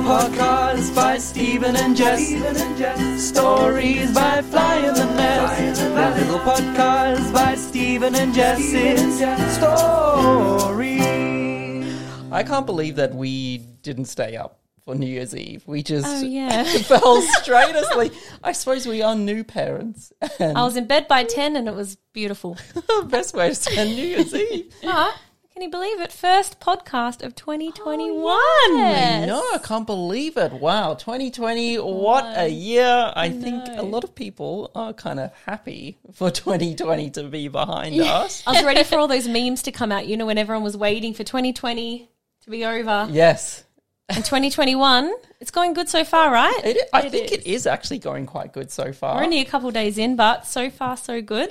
Podcast by Stephen and Jess. Stories by Fly in the Nest. The little podcast by Stephen and Jess. It's story. I can't believe that we didn't stay up for New Year's Eve. We just Oh, yeah. fell straight asleep. I suppose we are new parents. And I was in bed by 10 and it was beautiful. the best way to spend New Year's Eve. Ah, can you believe it? First podcast of 2021. Oh, I know, I can't believe it. Wow, 2020, what a year. I think a lot of people are kind of happy for 2020 to be behind us. I was ready for all those memes to come out, you know, when everyone was waiting for 2020 to be over. Yes. And 2021, it's going good so far, right? It, I think it is actually going quite good so We're far. only a couple days in, but so far, so good.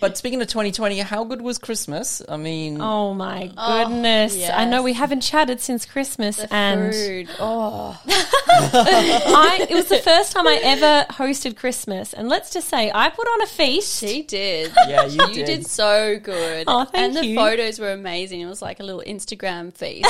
But speaking of 2020, how good was Christmas? I mean, Oh my goodness. I know we haven't chatted since Christmas and Food. Oh, I it was the first time I ever hosted Christmas and let's just say I put on a feast. she did. yeah, you, You did so good. Aw, Oh, thank and the you. photos were amazing. It was like a little Instagram feast.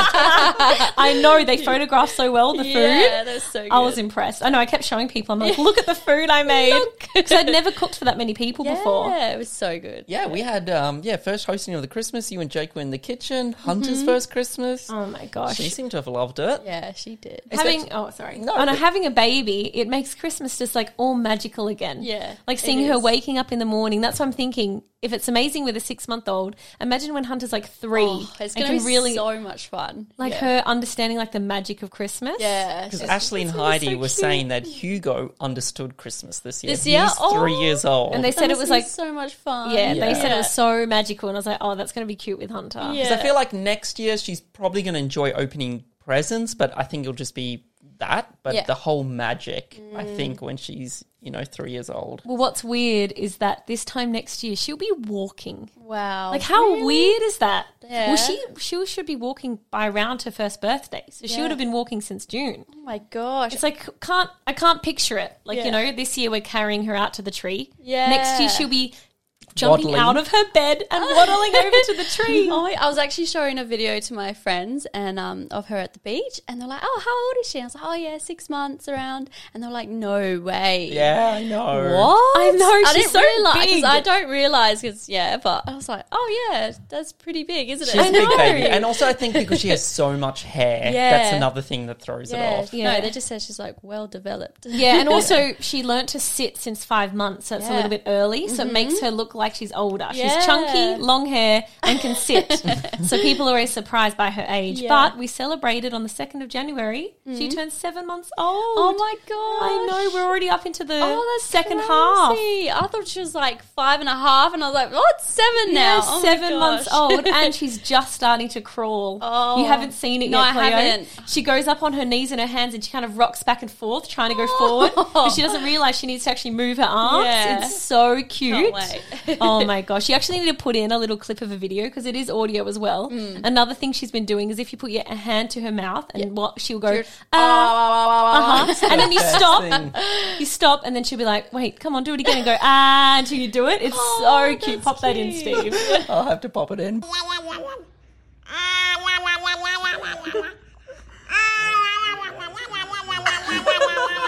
I know they photographed so well the food. yeah, that's so good. I was impressed. I know I kept showing people. I'm like, look at the food I made because I'd never cooked for that many people before. Yeah, it was so good. Yeah, we had um, yeah first hosting of the Christmas. You and Jake were in the kitchen. Hunter's first Christmas. Mm-hmm. Oh my She gosh. seemed to have loved it. Yeah, she did. Having oh sorry, No, no, and but- having a baby, it makes Christmas just like all magical again. Yeah, like it seeing her is. waking up in the morning. That's what I'm thinking. If it's amazing with a six month old, imagine when Hunter's like three. Oh, it's and going to be so much fun. like yeah. her understanding like the magic of Christmas. Yeah, Because she's- Ashley and it's always Heidi so were cute. saying that Hugo understood Christmas this year. This year? He's three Oh. years old. and they that said it must was be like so much fun. yeah, Yeah. they said it was so magical, and I was like, oh, that's going to be cute with Hunter. Yeah. 'Cause I feel like next year she's probably going to enjoy opening presents, but I think it'll just be that. But Yeah. Mm. the whole magic, I think, when she's you know three years old. Well, what's weird is that this time next year she'll be walking. Wow. Like, how weird is that? Oh, Yeah. Well, she she should be walking by around her first birthday, so she would have been walking since June. Oh my gosh. It's like can't I can't picture it. Like you Yeah. know, this year we're carrying her out to the tree. Yeah. Next year she'll be jumping Waddling. out of her bed and waddling over to the tree. Oh, I was actually showing a video to my friends and um, of her at the beach, and they're like, "Oh, how old is she?" And I was like, "Oh yeah, six months around," and they're like, "No way." Yeah, I know. What? I know, I she's didn't so realize big. I don't realize because yeah, but I was like, "Oh yeah, that's pretty big, isn't it?" She's I a big know. baby, and also I think because she has so much hair, that's Yeah. another thing that throws it yeah, off. Yeah. no, they just said she's like well developed. Yeah, and also she learnt to sit since five months, so it's a Yeah. little Mm-hmm. bit early. So it makes her look like she's older. Yeah. She's chunky, long hair, and can sit. so people are always surprised by her age. Yeah. Mm-hmm. But we celebrated on the second of January. She turned seven months old. Oh my god! I know we're already up into the Oh, that's second half. crazy. I thought she was like five and a half, and I was like, "Oh, it's seven now." Yeah, Oh my seven gosh. months old, and she's just starting to crawl. Oh. you haven't seen it No, yet, I Cleo. haven't. She goes up on her knees and her hands, and she kind of rocks back and forth, trying to go Oh. forward, but she doesn't realize she needs to actually move her arms. Yeah. It's so cute. wait. oh my gosh! You actually need to put in a little clip of a video because it is audio as well. Hmm. Another thing she's been doing is if you put your a hand to her mouth, and what she'll go. Uh, Oh. uh-huh. And then you First stop, thing. you stop, and then she'll be like, "Wait, come on, do it again," and go ah until you do it. It's Oh, so cute. that's Pop that in, cute. Steve. I'll have to pop it in.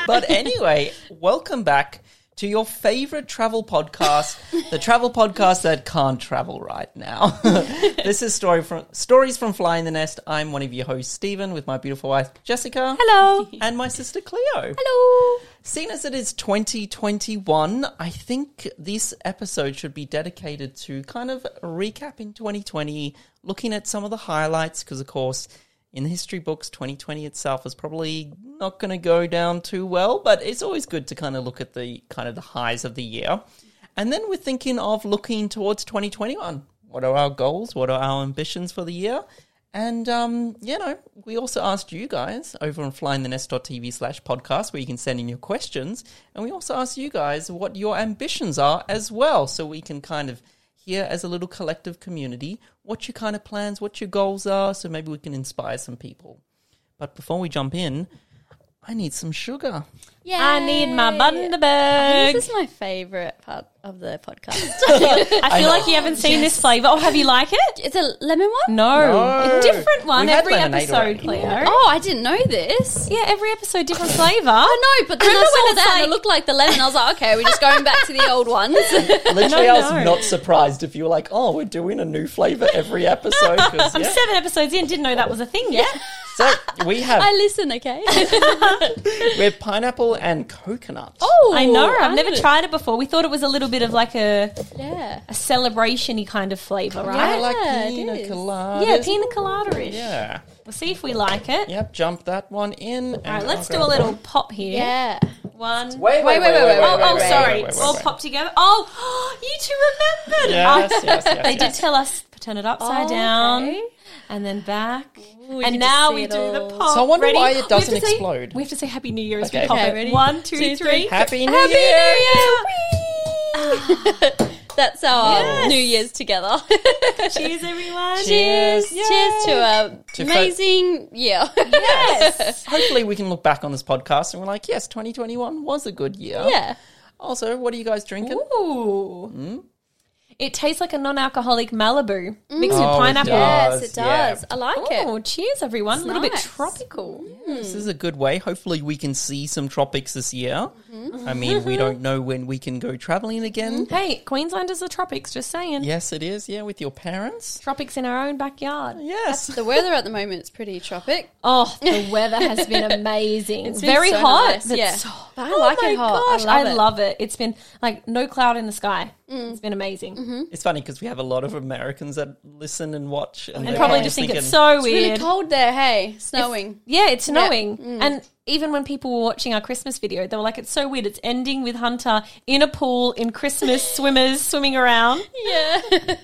But anyway, welcome back to your favorite travel podcast, the travel podcast that can't travel right now. this is story from stories from Fly in the Nest. I'm one of your hosts, Stephen, with my beautiful wife Jessica. Hello. And my sister Cleo. Hello. Seeing as it is 2021, I think this episode should be dedicated to kind of recapping 2020, looking at some of the highlights, because of course, in the history books, 2020 itself is probably not going to go down too well, but it's always good to kind of look at the kind of the highs of the year. And then we're thinking of looking towards 2021. What are our goals? What are our ambitions for the year? And, um, you know, we also asked you guys over on flyingthenest.tv slash podcast where you can send in your questions. And we also asked you guys what your ambitions are as well. So we can kind of hear as a little collective community what your kind of plans, what your goals are. So maybe we can inspire some people. But before we jump in, I need some sugar. Yeah. I need my Bundaberg. This is my favorite part of the podcast. I feel like you haven't seen this flavour. Oh, have you like it? it's a lemon one? No. No. A different one We had every lemonade episode, already. Cleo. Oh, I didn't know this. Yeah, every episode different flavour. I No, but then I, Remember saw when it's that like- and it looked like the lemon. I was like, okay, we're just going back to the old ones. Literally, I was know. not surprised if you were like, "Oh, we're doing a new flavor every episode." 'cause, I'm yeah. seven episodes in, didn't know that was a thing yet. So we have I listen, okay? we have pineapple and coconut. Oh, I know. I've never didn't- tried it before. We thought it was a little bit of like a, Yeah. a celebration kind of flavour, I right? like yeah, it pina is. colada. Yeah, pina colada ish. Yeah. We'll see if we like it. Yep. Jump that one in. And All right, let's I'll do go- a little pop here. Yeah. One. Wait, wait, wait, wait, wait. wait, wait, wait, oh, oh, wait, wait, sorry. wait, wait, All wait. pop together. Oh, you two remembered. Yes, Oh, yes, yes, they did yes. tell us to turn it upside Oh, down okay. and then back. you and can now see we it do the all. pop. So I wonder Ready? why it We have doesn't to say- explode. we have to say Happy New Year as Okay. we pop Okay, it. ready? One, two, Two, three. three. Happy New Happy Year. That's our Yes. New Year's together. Cheers, everyone. Cheers. Cheers to an To fo- amazing year. Yes. Hopefully, we can look back on this podcast and we're like, yes, 2021 was a good year. yeah. Also, what are you guys drinking? Ooh. Mm. It tastes like a non-alcoholic Malibu mixed with Oh, it pineapple. does. Yes, it yeah. does. I Mm. like it. Oh, cheers, everyone. a little bit nice. tropical. This is a good way. Hopefully, we can see some tropics this year. I mean, we don't know when we can go traveling again. Hey, Queensland is the tropics, just saying. Yes, it is. Yeah, with your parents. Tropics in our own backyard. Yes. The weather at the moment is pretty tropic. Oh, the weather has been amazing. it's been very so hot. nice, but yeah. so- But I oh like my it hot. I Gosh, love it. Mm. It's been like no cloud in the sky. It's been amazing. Mm-hmm. It's funny because we have a lot of Americans that listen and watch, and, And they're probably always just think it's thinking, so It's weird. really cold Mm. there, hey? Snowing. Yeah, it's snowing. And even when people were watching our Christmas video, they were like, it's so weird. It's ending with Hunter in a pool in Christmas swimmers swimming around. Yeah. A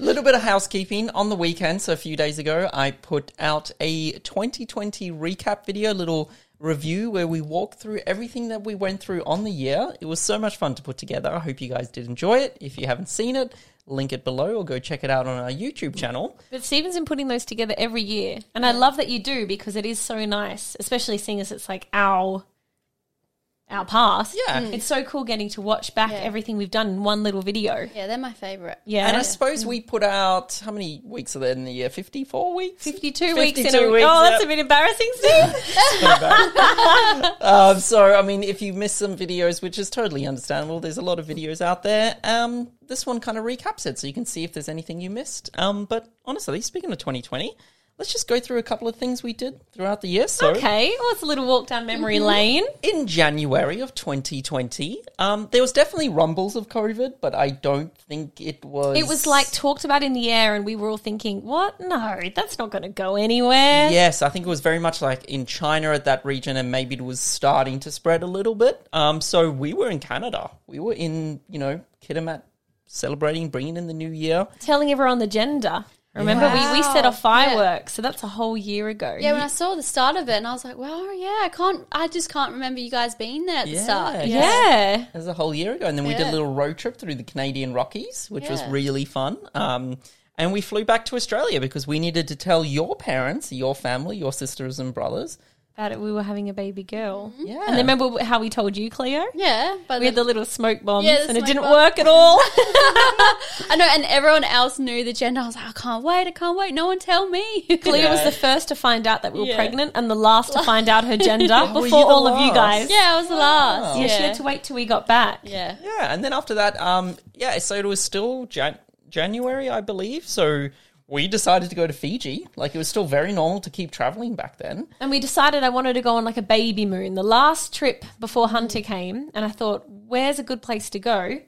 little bit of housekeeping on the weekend. So a few days ago, I put out a 2020 recap video, little review where we walk through everything that we went through on the year. It was so much fun to put together. I hope you guys did enjoy it. If you haven't seen it, link it below or go check it out on our YouTube channel. But Stephen's been putting those together every year. And I love that you do because it is so nice, especially seeing as it's like our our past. Yeah. Mm. It's so cool getting to watch back Yeah. everything we've done in one little video. yeah, they're my favorite. Yeah. And I suppose we put out how many weeks are there in the year? 54 weeks? 52 weeks in a 52 week. weeks, Oh, yeah. that's a bit embarrassing, Steve. um, so, I mean, if you missed some videos, which is totally understandable, there's a lot of videos out there. Um, this one kind of recaps it, so you can see if there's anything you missed. Um, but honestly, speaking of 2020, let's just go through a couple of things we did throughout the year. So, okay. Well, it's a little walk down memory Mm-hmm. lane. in January of 2020, um, there was definitely rumbles of COVID, but I don't think it was. It was like talked about in the air, and we were all thinking, what? No, that's not going to go anywhere. Yes, I think it was very much like in China at that region, and maybe it was starting to spread a little bit. Um, so we were in Canada. We were in, you know, Kitimat celebrating, bringing in the new year. Telling everyone the gender. Remember, we, we set Wow. off fireworks, so that's a whole year ago. Yeah, when I saw the start of it, and I was like, "Well, yeah, I can't. I just can't remember you guys being there at the Yeah. start." Yeah. yeah. It was a whole year ago. And then we did a Yeah. little road trip through the Canadian Rockies, which was Yeah. really fun. Um, and we flew back to Australia because we needed to tell your parents, your family, your sisters and brothers. that we were having a baby girl. Mm-hmm. Yeah. And then remember how we told you, Cleo? Yeah, but We had the little smoke bombs Yeah, the and it smoke didn't bombs. work at all. I know, and everyone else knew the gender. I was like, "I can't wait! I can't wait! No one tell me." Cleo was Yeah. the first to find out that we were Yeah. pregnant and the last to find out her gender were you before the all of you last? guys. yeah, I was the last. Yeah, Yeah, she had to wait till we got back. yeah. Yeah, and then after that, um, yeah, so it was still Jan- January, I believe. So we decided to go to Fiji. Like it was still very normal to keep traveling back then. And we decided I wanted to go on like a baby moon. The last trip before Hunter Mm-hmm. came, and I thought, where's a good place to go?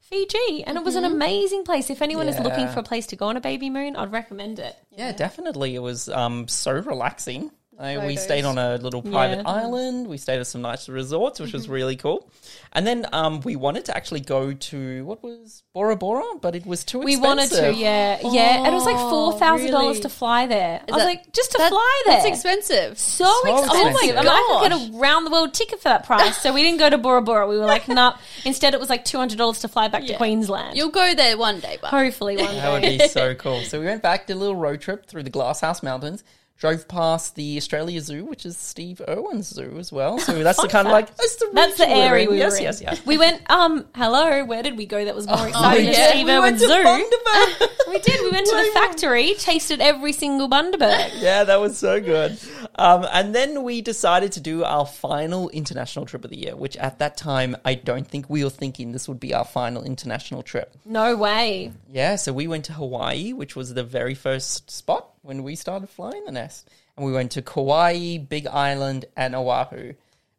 Fiji. And it was an Mm-hmm. amazing place. If anyone is looking Yeah. for a place to go on a baby moon, I'd recommend it. Yeah, definitely, it was um so relaxing. Uh, we Photos. stayed on a little private Yeah. Mm-hmm. island. We stayed at some nice resorts, which was really cool. And then um, we wanted to actually go to what was Bora Bora, but it was too We expensive. wanted to, yeah, yeah. And it was like four thousand dollars really? to fly there. I was that- like, just to That- fly there. That's expensive. so, expensive. expensive. And I could gosh. get a round the world ticket for that price. So we didn't go to Bora Bora. We were like, nah. Instead, it was like two hundred dollars to fly back to Yeah. Queensland. You'll go there one day, but Hopefully one That day. would be so cool. So we went back, did a little road trip through the Glasshouse Mountains, Drove past the Australia Zoo, which is Steve Irwin's zoo as well. So that's the kind of like that's the That's the region we're area in. we yes, were in. yes, yes. We went, um, hello, where did we go that was more exciting than yeah. Steve We went Irwin's to zoo? Bundaberg. we did. We went to the factory, tasted every single Bundaberg. yeah, that was so good. Um, and then we decided to do our final international trip of the year, which at that time I don't think we were thinking this would be our final international trip. No way. Yeah, so we went to Hawaii, which was the very first spot when we started flying the nest. And we went to Kauai, Big Island, and Oahu.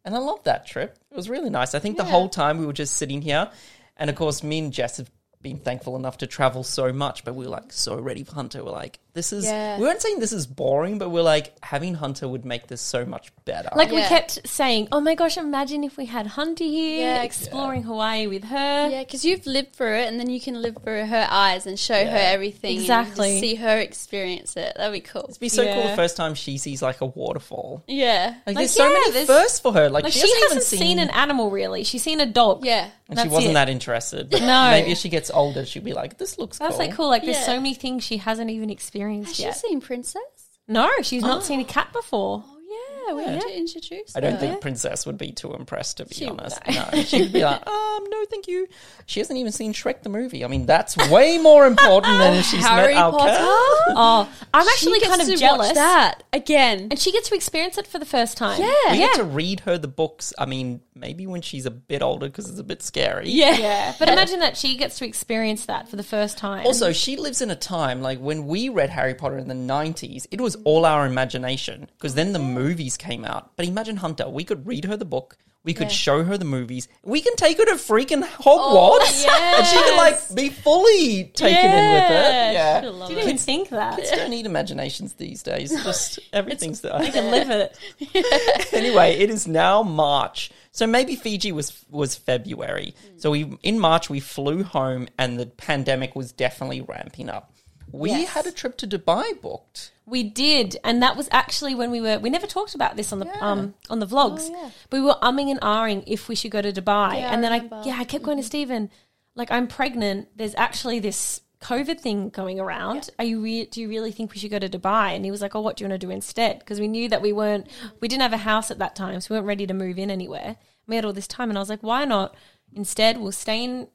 And I loved that trip. It was really nice. I think the whole time we were just sitting here. And of course, me and Jess have been thankful enough to travel so much, but we were like so ready for Hunter. We're like, this is, Yeah. we weren't saying this is boring, but we're like, having Hunter would make this so much better. Like we Yeah. kept saying, oh my gosh, imagine if we had Hunter here Yeah. exploring Hawaii with her. Yeah, because you've lived through it, and then you can live through her eyes and show her everything. and Exactly. just see her experience it. That'd be cool. it'd be so cool Yeah. the first time she sees like a waterfall. Yeah. Like, Like, there's so yeah, many there's- firsts for her. Like, Like she, she, hasn't, hasn't, even seen an animal really. She's seen a dog. yeah. And she That's wasn't it. that interested. But No. Maybe as she gets older, she'll be like, this looks That's cool. like cool. Like there's Yeah. so many things she hasn't even experienced Has she yet. seen Oh. Princess? no, she's not seen a cat before. Oh, yeah. We need to introduce I don't her. think Princess would be too impressed, to be honest. would. No, she'd be like, um, no, thank you. She hasn't even seen Shrek the movie. I mean, that's way more important than if she's Harry met our Potter. cat. Oh, I'm actually She kind of gets to watch jealous. that again. And she gets to experience it for the first time. Yeah. We yeah. get to read her the books. I mean, maybe when she's a bit older because it's a bit scary. Yeah. Yeah. But imagine that she gets to experience that for the first time. Also, she lives in a time like when we read Harry Potter in the 90s, it was all our imagination because then the movies came out. But imagine Hunter, we could read her the book, we could show her the movies, we can take her to freaking Hogwarts, Oh, and she can like be fully taken in with it. Yeah. She'll love didn't even think that. Kids don't need imaginations these days. Just everything's there. You can live it. anyway, it is now March. So maybe Fiji was was February. So we in March we flew home and the pandemic was definitely ramping up. We Yes. had a trip to Dubai booked. We did, and that was actually when we were. We never talked about this on the um on the vlogs. But we were umming and ahhing if we should go to Dubai, Oh, Yeah, I and then I remember. Mm-hmm. yeah I kept going to Stephen, like I'm pregnant. There's actually this COVID thing going around. Are you re- do you really think we should go to Dubai? And he was like, oh, what do you want to do instead? Because we knew that we weren't we didn't have a house at that time, so we weren't ready to move in anywhere. We had all this time, and I was like, why not? Instead, we'll stay in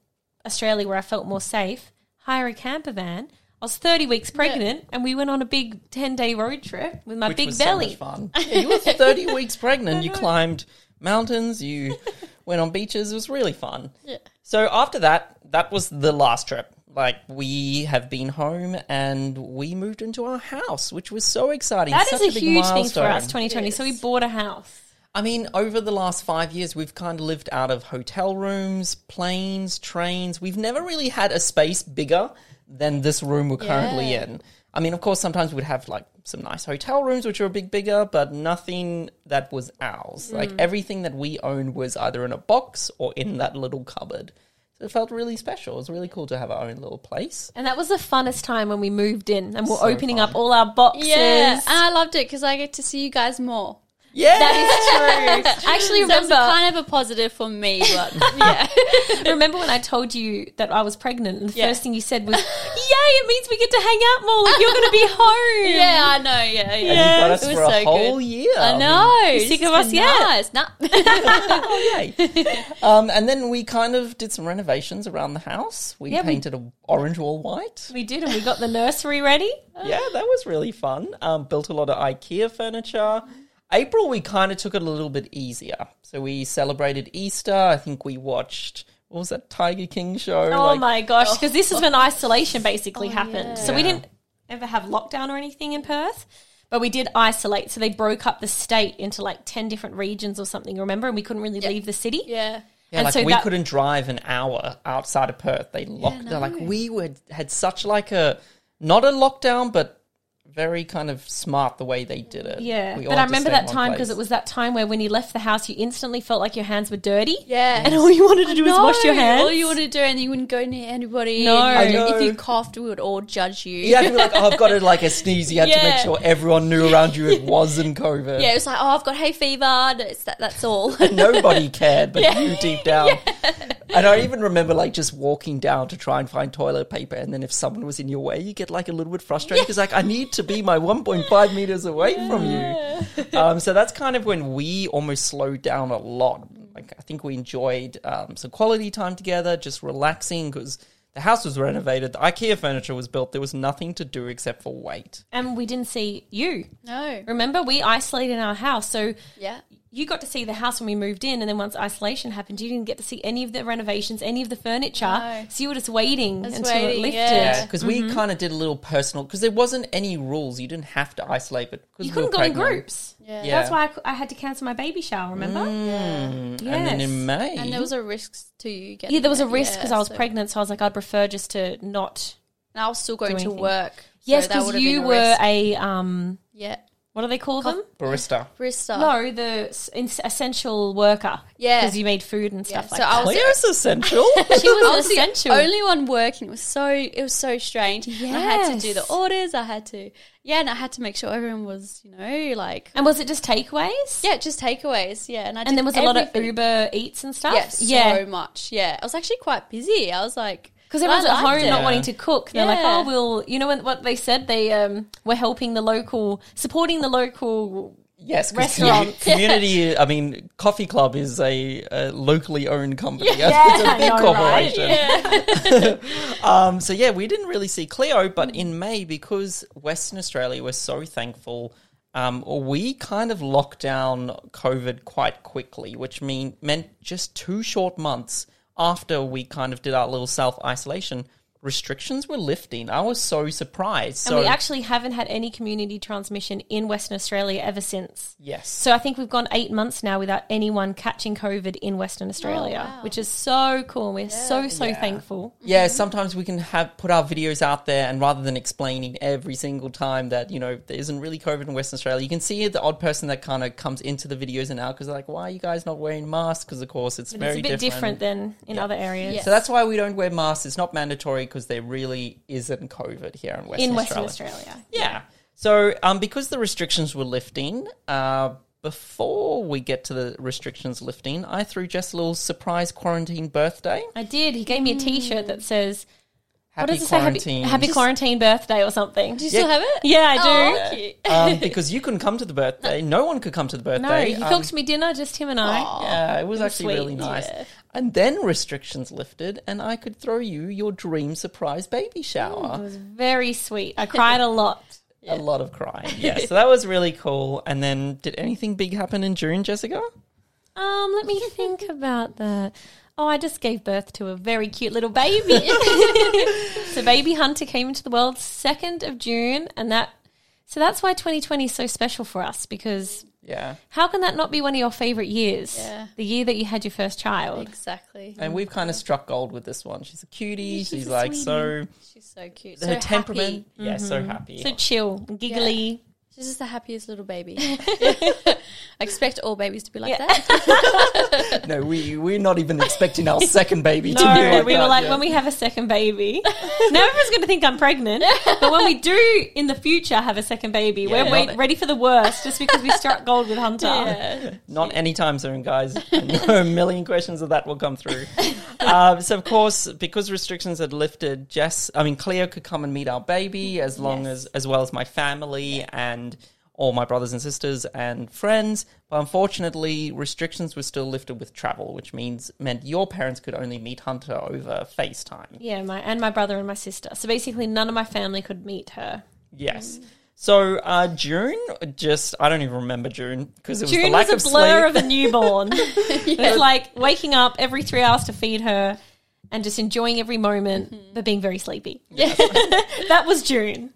Australia where I felt more safe, hire a camper van. I was 30 weeks pregnant and we went on a big 10 day road trip with my which big was belly. So much fun. Yeah, you were 30 weeks pregnant. You climbed mountains. You went on beaches. It was really fun. Yeah. So after that, that was the last trip. Like we have been home and we moved into our house, which was so exciting. That is Such a, big huge thing for milestone. us, 2020. So we bought a house. I mean, over the last five years, we've kind of lived out of hotel rooms, planes, trains. We've never really had a space bigger than this room we're currently Yeah. in. I mean, of course, sometimes we'd have like some nice hotel rooms, which are a bit bigger, but nothing that was ours. Like Hmm. everything that we owned was either in a box or in that little cupboard. So it felt really special. It was really cool to have our own little place. And that was the funnest time when we moved in and we're So opening fun. up all our boxes. Yeah, and I loved it because I get to see you guys more. Yeah. That is true. I actually So it's remember kind of a positive for me, but yeah, remember when I told you that I was pregnant and the Yeah. first thing you said was, Yay, it means we get to hang out more. Like you're gonna be home. yeah, I know, yeah, yeah. And you got us it was for a so whole good. year. I mean, know. You sick of it's us yet? Nice. Nah. Yay. um, and then we kind of did some renovations around the house. We Yeah, we- painted a orange wall white. We did and we got the nursery ready. Yeah, that was really fun. Um, built a lot of IKEA furniture. April, we kind of took it a little bit easier. So we celebrated Easter. I think we watched, what was that Tiger King show? Oh Like, my gosh, because this is when isolation basically happened. So we Yeah. didn't ever have lockdown or anything in Perth, but we did isolate. So they broke up the state into like 10 different regions or something, remember? And we couldn't really leave the city. Yeah. Yeah, and like so we that- couldn't drive an hour outside of Perth. They locked. They're like we were had such like a not a lockdown, but very kind of smart the way they did it. Yeah. We all but I had to remember stay in that one time because place. it was that time where when you left the house, you instantly felt like your hands were dirty. Yeah. And all you wanted to do was wash your No, hands. All you want to do, and you wouldn't go near anybody. No. and I know. if you coughed, we would all judge you. You had to be like, oh, I've got it like a sneeze. You had to make Yeah. sure everyone knew around you it wasn't COVID. Yeah, it was like, oh, I've got hay fever. No, it's that, that's all. Nobody cared, but you deep down. And I even remember like just walking down to try and find toilet paper, and then if someone was in your way, you get like a little bit frustrated because like I need to be my 1.5 meters away from you. Um, so that's kind of when we almost slowed down a lot. Like I think we enjoyed um, some quality time together, just relaxing because the house was renovated, the IKEA furniture was built. There was nothing to do except for wait. and we didn't see you. No. Remember, we isolated in our house, so Yeah. you got to see the house when we moved in, and then once isolation happened, you didn't get to see any of the renovations, any of the furniture. No. So you were just waiting Just until it waiting, lifted. yeah. because we kind of did a little personal because there wasn't any rules. You didn't have to isolate, but 'cause You we were couldn't go in pregnant- groups. Yeah. Yeah. That's why I, cou- I had to cancel my baby shower. Remember? Mm, And then Yes. in May, And there was a risk to you getting Yeah, there was a it, risk because yeah, I was so- pregnant, so I was like, I'd prefer just to not. And I was still going Do to anything. work. so Yes, that because would've you been a were risk. a um, yeah, what do they call them? barista. risk stuff. No, the s- ins- essential worker. Yeah. because you made food and Yeah, stuff so like I that. was Claire's essential. she was I was the essential. only one working. It was so it was so strange. And I had to do the Yes. orders. I had to yeah, and I had to make sure everyone was you know like and was it just takeaways? yeah, just takeaways. Yeah, and I did And there was a lot of everything. Uber Eats and stuff. Yeah, so yeah. much. Yeah, I was actually quite busy. I was like Because everyone's I at home liked it. Yeah. not wanting to cook. They're like, Yeah. oh, we'll, you know what, what they said? They um, were helping the local, supporting the local. yes, 'cause Restaurant. community. I mean, Coffee Club is a, a locally owned company. it's a Yeah, big I know, right? corporation. um, so yeah, we didn't really see Cleo, but in May because Western Australia was so thankful, um, we kind of locked down COVID quite quickly, which mean meant just two short months after we kind of did our little self isolation, restrictions were lifting. I was so surprised. And So we actually haven't had any community transmission in Western Australia ever since. yes, So I think we've gone eight months now without anyone catching COVID in Western Australia, Oh, wow. which is so cool. We're so, so Yeah. thankful. yeah, sometimes we can have put our videos out there, and rather than explaining every single time that you know there isn't really COVID in Western Australia, you can see the odd person that kind of comes into the videos and out because they're like, "Why are you guys not wearing masks?" Because of course it's But very it's a bit different, than in Yeah. other areas. Yeah. So that's why we don't wear masks. It's not mandatory because there really isn't COVID here in Western In Western Australia. Australia. Yeah. So um, because the restrictions were lifting, uh, before we get to the restrictions lifting, I threw Jess a little surprise quarantine birthday. I did. He gave me Mm. a t shirt that says, Happy what does it say? quarantine. Happy, happy quarantine birthday or something. Do you still Yeah. have it? Yeah, I do. Oh, cute. um, because you couldn't come to the birthday. No one could come to the birthday. No, he Um, cooked me dinner, just him and I. Yeah, it was actually sweet, really nice. yeah. And then restrictions lifted, and I could throw you your dream surprise baby shower. It was very sweet. I cried a lot. A lot of crying. Yeah, so that was really cool. And then, did anything big happen in June, Jessica? Um, let me think about that. Oh, I just gave birth to a very cute little baby. so baby Hunter came into the world 2nd of June and that so that's why 2020 is so special for us because Yeah. how can that not be one of your favorite years? Yeah. The year that you had your first child. Exactly. And we've kind of struck gold with this one. She's a cutie. She's, She's a like so. She's so cute. Her so temperament. happy. Yeah, so happy. Mm-hmm. So chill, giggly. She's just the happiest little baby. I expect all babies to be like Yeah. that. no, we we're not even expecting our second baby. to be No, like we were that like, yet. when we have a second baby, now everyone's going to think I'm pregnant. But when we do in the future have a second baby, we're Yeah. wait, ready for the worst just because we struck gold with Hunter. Oh, Not anytime soon, guys. a million questions of that will come through. um, so, of course, because restrictions had lifted, Jess, I mean, Cleo could come and meet our baby as long as, as well as my family and all my brothers and sisters and friends. But unfortunately, restrictions were still lifted with travel, which means meant your parents could only meet Hunter over FaceTime. Yeah, my and my brother and my sister. So basically, none of my family could meet her. Yes. Mm. So uh, June, just I don't even remember June because it was the June lack was a of blur sleep. of a newborn. It's like waking up every three hours to feed her and just enjoying every moment, Mm-hmm. but being very sleepy. that was June.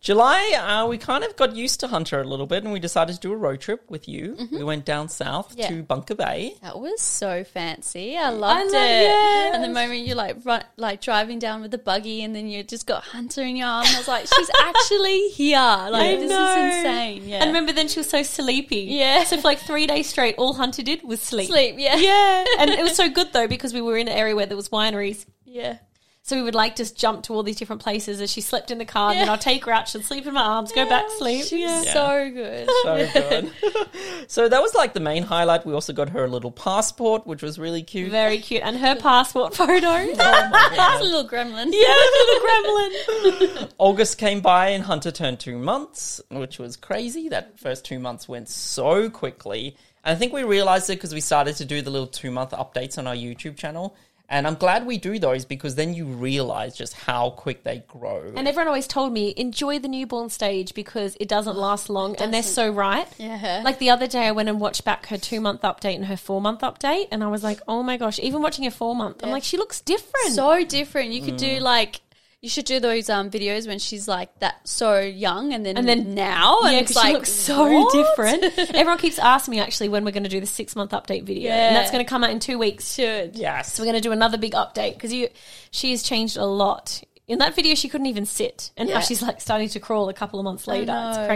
July, uh, we kind of got used to Hunter a little bit and we decided to do a road trip with you. We went down south Yeah. to Bunker Bay. That was so fancy. I loved love- it. yes. And the moment you like run, like driving down with the buggy, and then you just got Hunter in your arm. I was like, she's actually here. Like this know. is insane. Yeah. And remember, then she was so sleepy. Yeah. So for like three days straight, all Hunter did was sleep. sleep. Yeah. Yeah, and it was so good though because we were in an area where there was wineries. Yeah. So we would like just jump to all these different places as she slept in the car, and then I'll take her out. She'll sleep in my arms, go back to sleep. She's Yeah. so good. so good. so that was like the main highlight. We also got her a little passport, which was really cute. Very cute. And her passport photo. Oh She's a little gremlin. Yeah, the gremlin. August came by and Hunter turned two months, which was crazy. That first two months went so quickly. And I think we realized it because we started to do the little two month updates on our YouTube channel. And I'm glad we do those because then you realize just how quick they grow. And everyone always told me, enjoy the newborn stage because it doesn't last long. And they're so right. Oh, Yeah. Like the other day, I went and watched back her two month update and her four month update. And I was like, oh my gosh, even watching her four month, I'm Yeah. like, she looks different. So different. You could do like you should do those um, videos when she's like that so young and then And then- now and yeah, it's because like she looks so what? different. Everyone keeps asking me actually when we're going to do the six month update video, Yeah. and that's going to come out in two weeks. Should. yes. We're going to do another big update because you, she has changed a lot. In that video, she couldn't even sit, and now Yeah. she's like starting to crawl a couple of months later. It's know.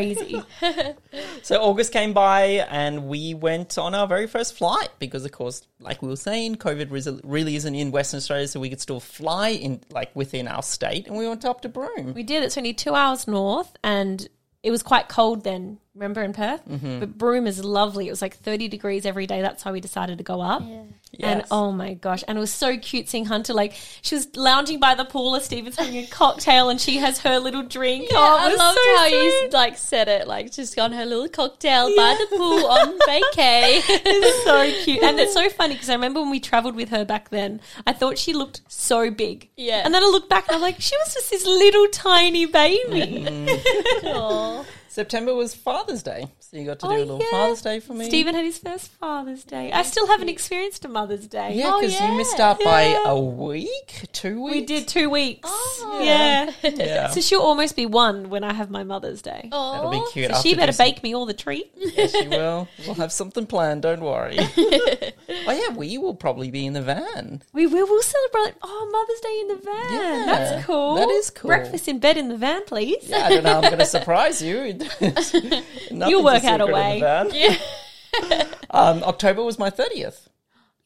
crazy. So August came by and we went on our very first flight because, of course, like we were saying, COVID res- really isn't in Western Australia, so we could still fly in like within our state, and we went up to Broome. We did. It's only two hours north, and it was quite cold then. Remember in Perth, but Broome is lovely. It was like thirty degrees every day. That's why we decided to go up. And Yes. oh my gosh! And it was so cute seeing Hunter. Like she was lounging by the pool, as Stephen's having a cocktail, and she has her little drink. Yeah, oh, it I was loved so how you sweet. like said it, like just on her little cocktail by the pool on vacay. so cute. And it's so funny because I remember when we travelled with her back then, I thought she looked so big. Yeah. And then I look back and I'm like, she was just this little tiny baby. Aw. September was Father's Day, so you got to do Oh, a little yeah. Father's Day for me. Stephen had his first Father's Day. I still haven't experienced a Mother's Day. Yeah, Oh, because yeah. you missed out by Yeah. a week, two weeks. We did two weeks. Oh. Yeah. Yeah. Oh. So she'll almost be one when I have my Mother's Day. That'll be cute. So she After better Disney- bake me all the treats. Yes, she will. We'll have something planned. Don't worry. oh yeah, we will probably be in the van. We will we'll celebrate oh Mother's Day in the van. Yeah. That's cool. That is cool. Breakfast in bed in the van, please. Yeah, I don't know. how I'm going to surprise you. Nothing's work out secret a in the way. van. um, October was my thirtieth.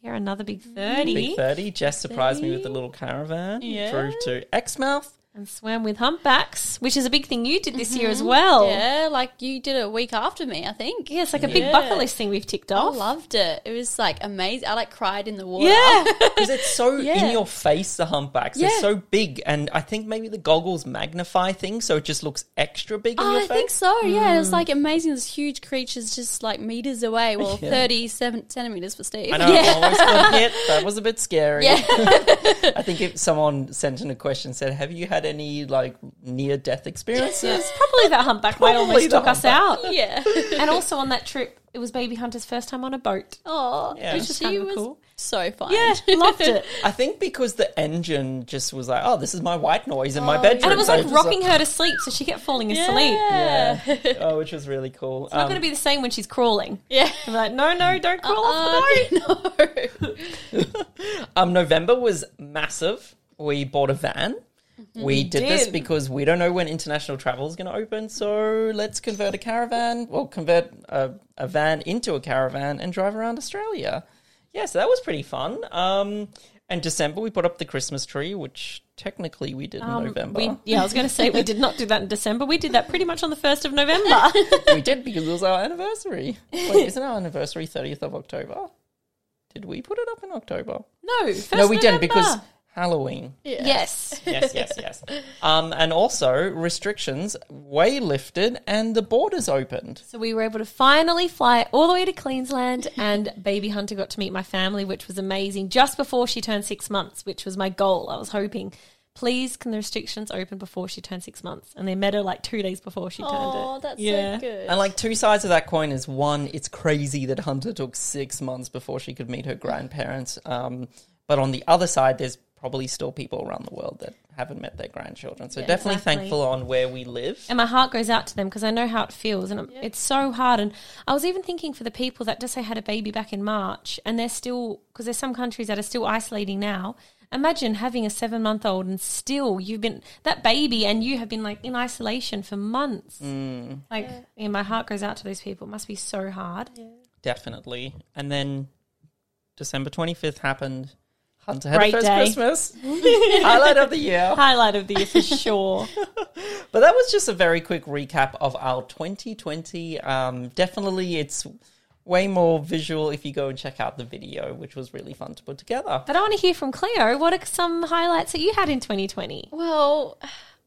You're another big thirty. Mm-hmm. Big thirty. Jess surprised me with a little caravan. Yeah. Through to Exmouth. And swam with humpbacks, which is a big thing you did this year Mm-hmm. as well. Yeah, like you did it a week after me, I think. Yeah, it's like a big Yeah. bucket list thing we've ticked I off. loved it. It was like amazing. I like cried in the water. yeah. Because it's so Yeah. in your face, the humpbacks. They're Yeah. so big. And I think maybe the goggles magnify things, so it just looks extra big in Oh, your I face. think so. Yeah, it Hmm. was like amazing. This huge creature's just like meters away. Well, Yeah. thirty-seven centimeters for Steve. I know Yeah. I always got hit. That was a bit scary. Yeah. I think if someone sent in a question said, Have you had any like near death experiences? Probably that humpback way almost Oh. the took us out. yeah. And also on that trip, it was Baby Hunter's first time on a boat. Oh, Yeah. which Which is she kinda was cool. so fun. Yeah, loved it. I think because the engine just was like, Oh, this is my white noise in my Oh, bedroom. And it was So like just rocking her to sleep, so she kept falling asleep. Yeah. Yeah. Oh, which was really cool. Um, It's not going to be the same when she's crawling. Uh-uh. Yeah. I'm like, no, no, don't crawl off the boat. no. Um, November was massive. We bought a van. We did, this Mm-hmm. did. because we don't know when international travel is going to open. So let's convert a caravan, well, convert a, a van into a caravan and drive around Australia. Yeah, so that was pretty fun. Um, and December, we put up the Christmas tree, which technically we did in November. Um, We, yeah, I was going to say we did not do that in December. We did that pretty much on the 1st of November. we did because it was our anniversary. Wait, isn't our anniversary 30th of October? Did we put it up in October? No, 1st no, we didn't November. because Halloween. Yeah. Yes. yes, yes, yes. Um, and also restrictions way lifted and the borders opened. So we were able to finally fly all the way to Queensland, and baby Hunter got to meet my family, which was amazing. Just before she turned six months, which was my goal, I was hoping. Please, can the restrictions open before she turned six months? And they met her like two days before she turned Oh, it. that's Yeah. so good. And like two sides of that coin is one, it's crazy that Hunter took six months before she could meet her grandparents. Um, but on the other side, there's probably still people around the world that haven't met their grandchildren. So definitely exactly. thankful on where we live. And my heart goes out to them because I know how it feels, and it- it's so hard. And I was even thinking for the people that just say had a baby back in March, and they're still because there's some countries that are still isolating now. Imagine having a seven month old and still you've been that baby and you have been like in isolation for months. Like, yeah, my heart goes out to those people. It must be so hard. Definitely. And then December 25th happened. Hunt ahead Great of first day. Christmas. Highlight of the year. Highlight of the year for sure. But that was just a very quick recap of our 2020. Um, definitely, it's way more visual if you go and check out the video, which was really fun to put together. but I want to hear from Cleo. What are some highlights that you had in 2020? Well,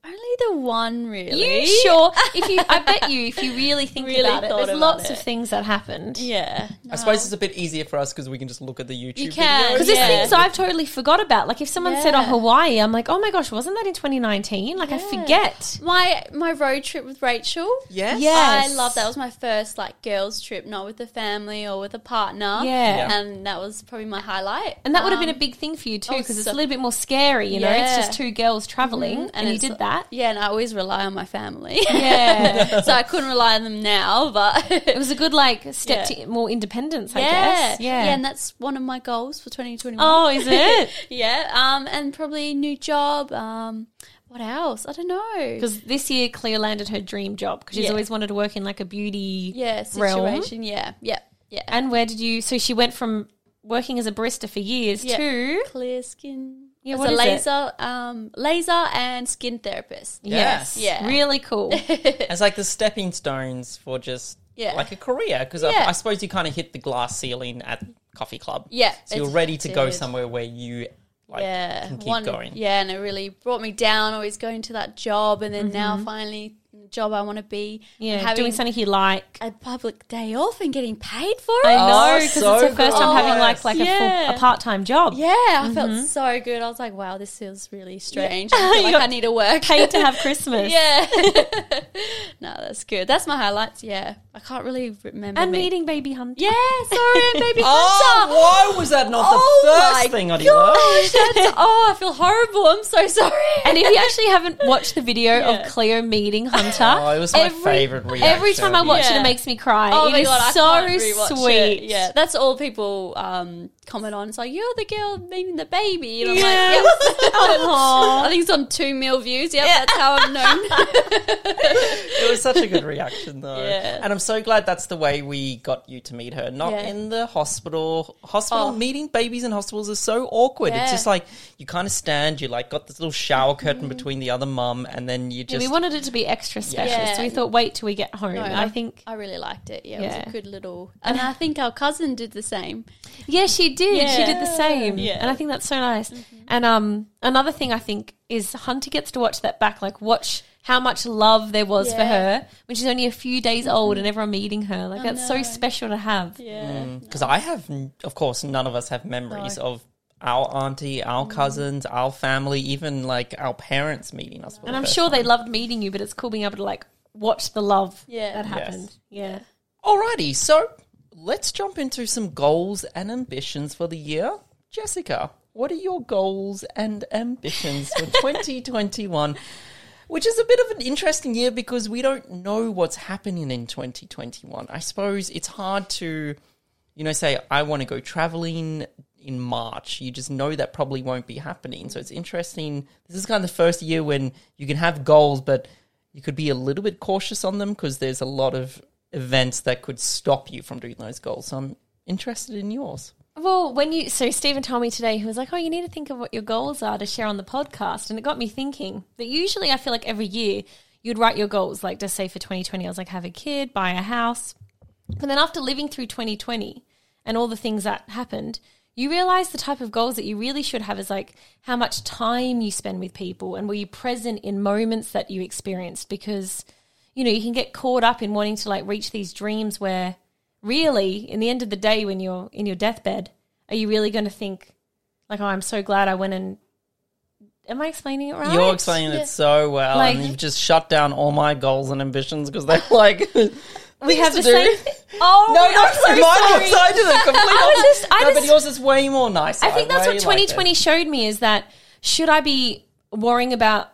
only the one really. You sure? If you, I bet you, if you really think Really about it, thought there's about lots it. of things that happened. Yeah. I suppose it's a bit easier for us because we can just look at the YouTube. You can, videos. Because Yeah. there's things I've totally forgot about. Like if someone said, "Oh, Yeah. Hawaii," I'm like, "Oh my gosh, wasn't that in 2019?" Like I Yeah. forget. My my road trip with Rachel. Yes. Yeah. Yes. I love that. It was my first like girls trip, not with the family or with a partner. Yeah. Yeah. And that was probably my highlight. And that would have been a big thing for you too, oh, because it's so- a little bit more scary. You know, it's Yeah. Mm-hmm. just two girls traveling, and, you it's- did that. Yeah, and I always rely on my family. Yeah, so I couldn't rely on them now, but it was a good like step Yeah. to more independence. I yeah. guess. Yeah. Yeah, and that's one of my goals for 2021. oh, is it? Yeah, um and probably new job, um what else? I don't know. Because this year, Cleo landed her dream job because she's Yeah. always wanted to work in like a beauty yeah, realm. situation. Yeah. Yeah. Yeah. And where did you? So she went from working as a barista for years Yeah. to clear skin. Yeah, as what a is it? laser, um, laser and skin therapist. Yes. yes, Yeah. really cool. As like the stepping stones for just Yeah. like a career. Because Yeah. I, I suppose you kind of hit the glass ceiling at coffee club. Yeah, So you're it's- ready to go did. somewhere where you like Yeah, can keep One- going. Yeah, and it really brought me down. Always going to that job, and then now finally, the job I want to be. and Mm-hmm. Yeah, having doing something you like. a public day off and getting paid for it. I know Oh, because so it's her first time having like good. like a full Yeah. a part time job. Yeah, I Mm-hmm. felt so good. I was like, wow, this feels really strange. I feel You like got I need to work. Paid to have Christmas. yeah. no, that's good. That's my highlights. Yeah, I can't really remember. And me- meeting baby Hunter. Yeah, sorry, and baby. Hunter. Oh, why was that not Oh the my first thing I did? gosh, that's, oh, I feel horrible. I'm so sorry. And if you actually haven't watched the video Yeah. of Cleo meeting Hunter, Oh, it was my favorite reaction. Every time I watch it, it Yeah. makes me cry. oh It my is god, I can't rewatch so it. sweet. Yeah, that's all people um, comment on. It's like you're the girl meeting the baby, and I'm Yes. like, yep. Aw. I think it's on two mil views. Yep, yeah, that's how I'm known. It was such a good reaction, though. Yeah. And I'm so glad that's the way we got you to meet her, not Yeah. in the hospital. Hospital Oh. meeting babies in hospitals is so awkward. It's Yeah. Mm. just like you kind of stand, you like got this little shower curtain between the other mum, and then you Yeah, just we wanted it to be extra special, Yeah. so we thought, wait till we get home. No, and I think, I really liked it. Yeah, it Yeah. was a good little. And I think our cousin did the same. yeah, she did. She did the Yeah. same, Yeah. Mm-hmm. and I think that's so nice. And um, another thing I think is Hunter gets to watch that back, like watch how much love there was for Yeah. Mm-hmm. her when she's only a few days old and everyone meeting her. Like that's so know. special to have. Yeah, because I have, n- of course, none of us have memories of our auntie, Mm. our cousins, our family, even like our parents meeting us. for And the I'm first sure time. they loved meeting you, but it's cool being able to like watch the love Yeah. that Yes. happened. Yeah. Alrighty, so let's jump into some goals and ambitions for the year. Jessica, what are your goals and ambitions for 2021? Which is a bit of an interesting year because we don't know what's happening in 2021. I suppose it's hard to, you know, say, I want to go traveling in March. You just know that probably won't be happening. So it's interesting. This is kind of the first year when you can have goals, but you could be a little bit cautious on them because there's a lot of events that could stop you from doing those goals. So I'm interested in yours. Well, when you so Stephen told me today, he was like, "Oh, you need to think of what your goals are to share on the podcast," and it got me thinking that usually I feel like every year you'd write your goals, like just say for 2020, I was like, have a kid, buy a house, but then after living through 2020 and all the things that happened, you realize the type of goals that you really should have is like how much time you spend with people and were you present in moments that you experienced because you know you can get caught up in wanting to like reach these dreams where really in the end of the day when you're in your deathbed are you really going to think like oh i'm so glad i went and am i explaining it right You're explaining it so well, and Like- you've just shut down all my goals and ambitions because they're like we have the to same do. oh No, no, I'm so mine sorry. was- I did it completely. I was just- I no, but just- yours is way more nice. I think that's what 2020 showed me is that should I be worrying about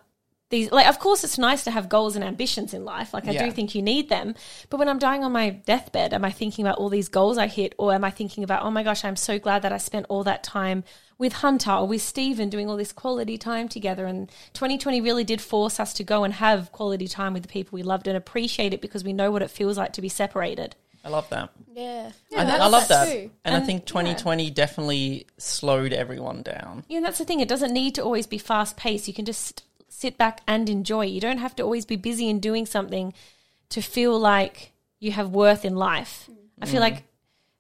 these? Like, of course, it's nice to have goals and ambitions in life. Like, I Yeah. do think you need them. But when I'm dying on my deathbed, am I thinking about all these goals I hit? Or am I thinking about, oh my gosh, I'm so glad that I spent all that time with Hunter or with Steven doing all this quality time together? And 2020 really did force us to go and have quality time with the people we loved and appreciate it because we know what it feels like to be separated. I love that. Yeah. I, think, I that's love that. too. And I And, think 2020 definitely slowed everyone down. Yeah, and that's the thing. It doesn't need to always be fast paced. You can just sit back and enjoy. You don't have to always be busy and doing something to feel like you have worth in life. I feel like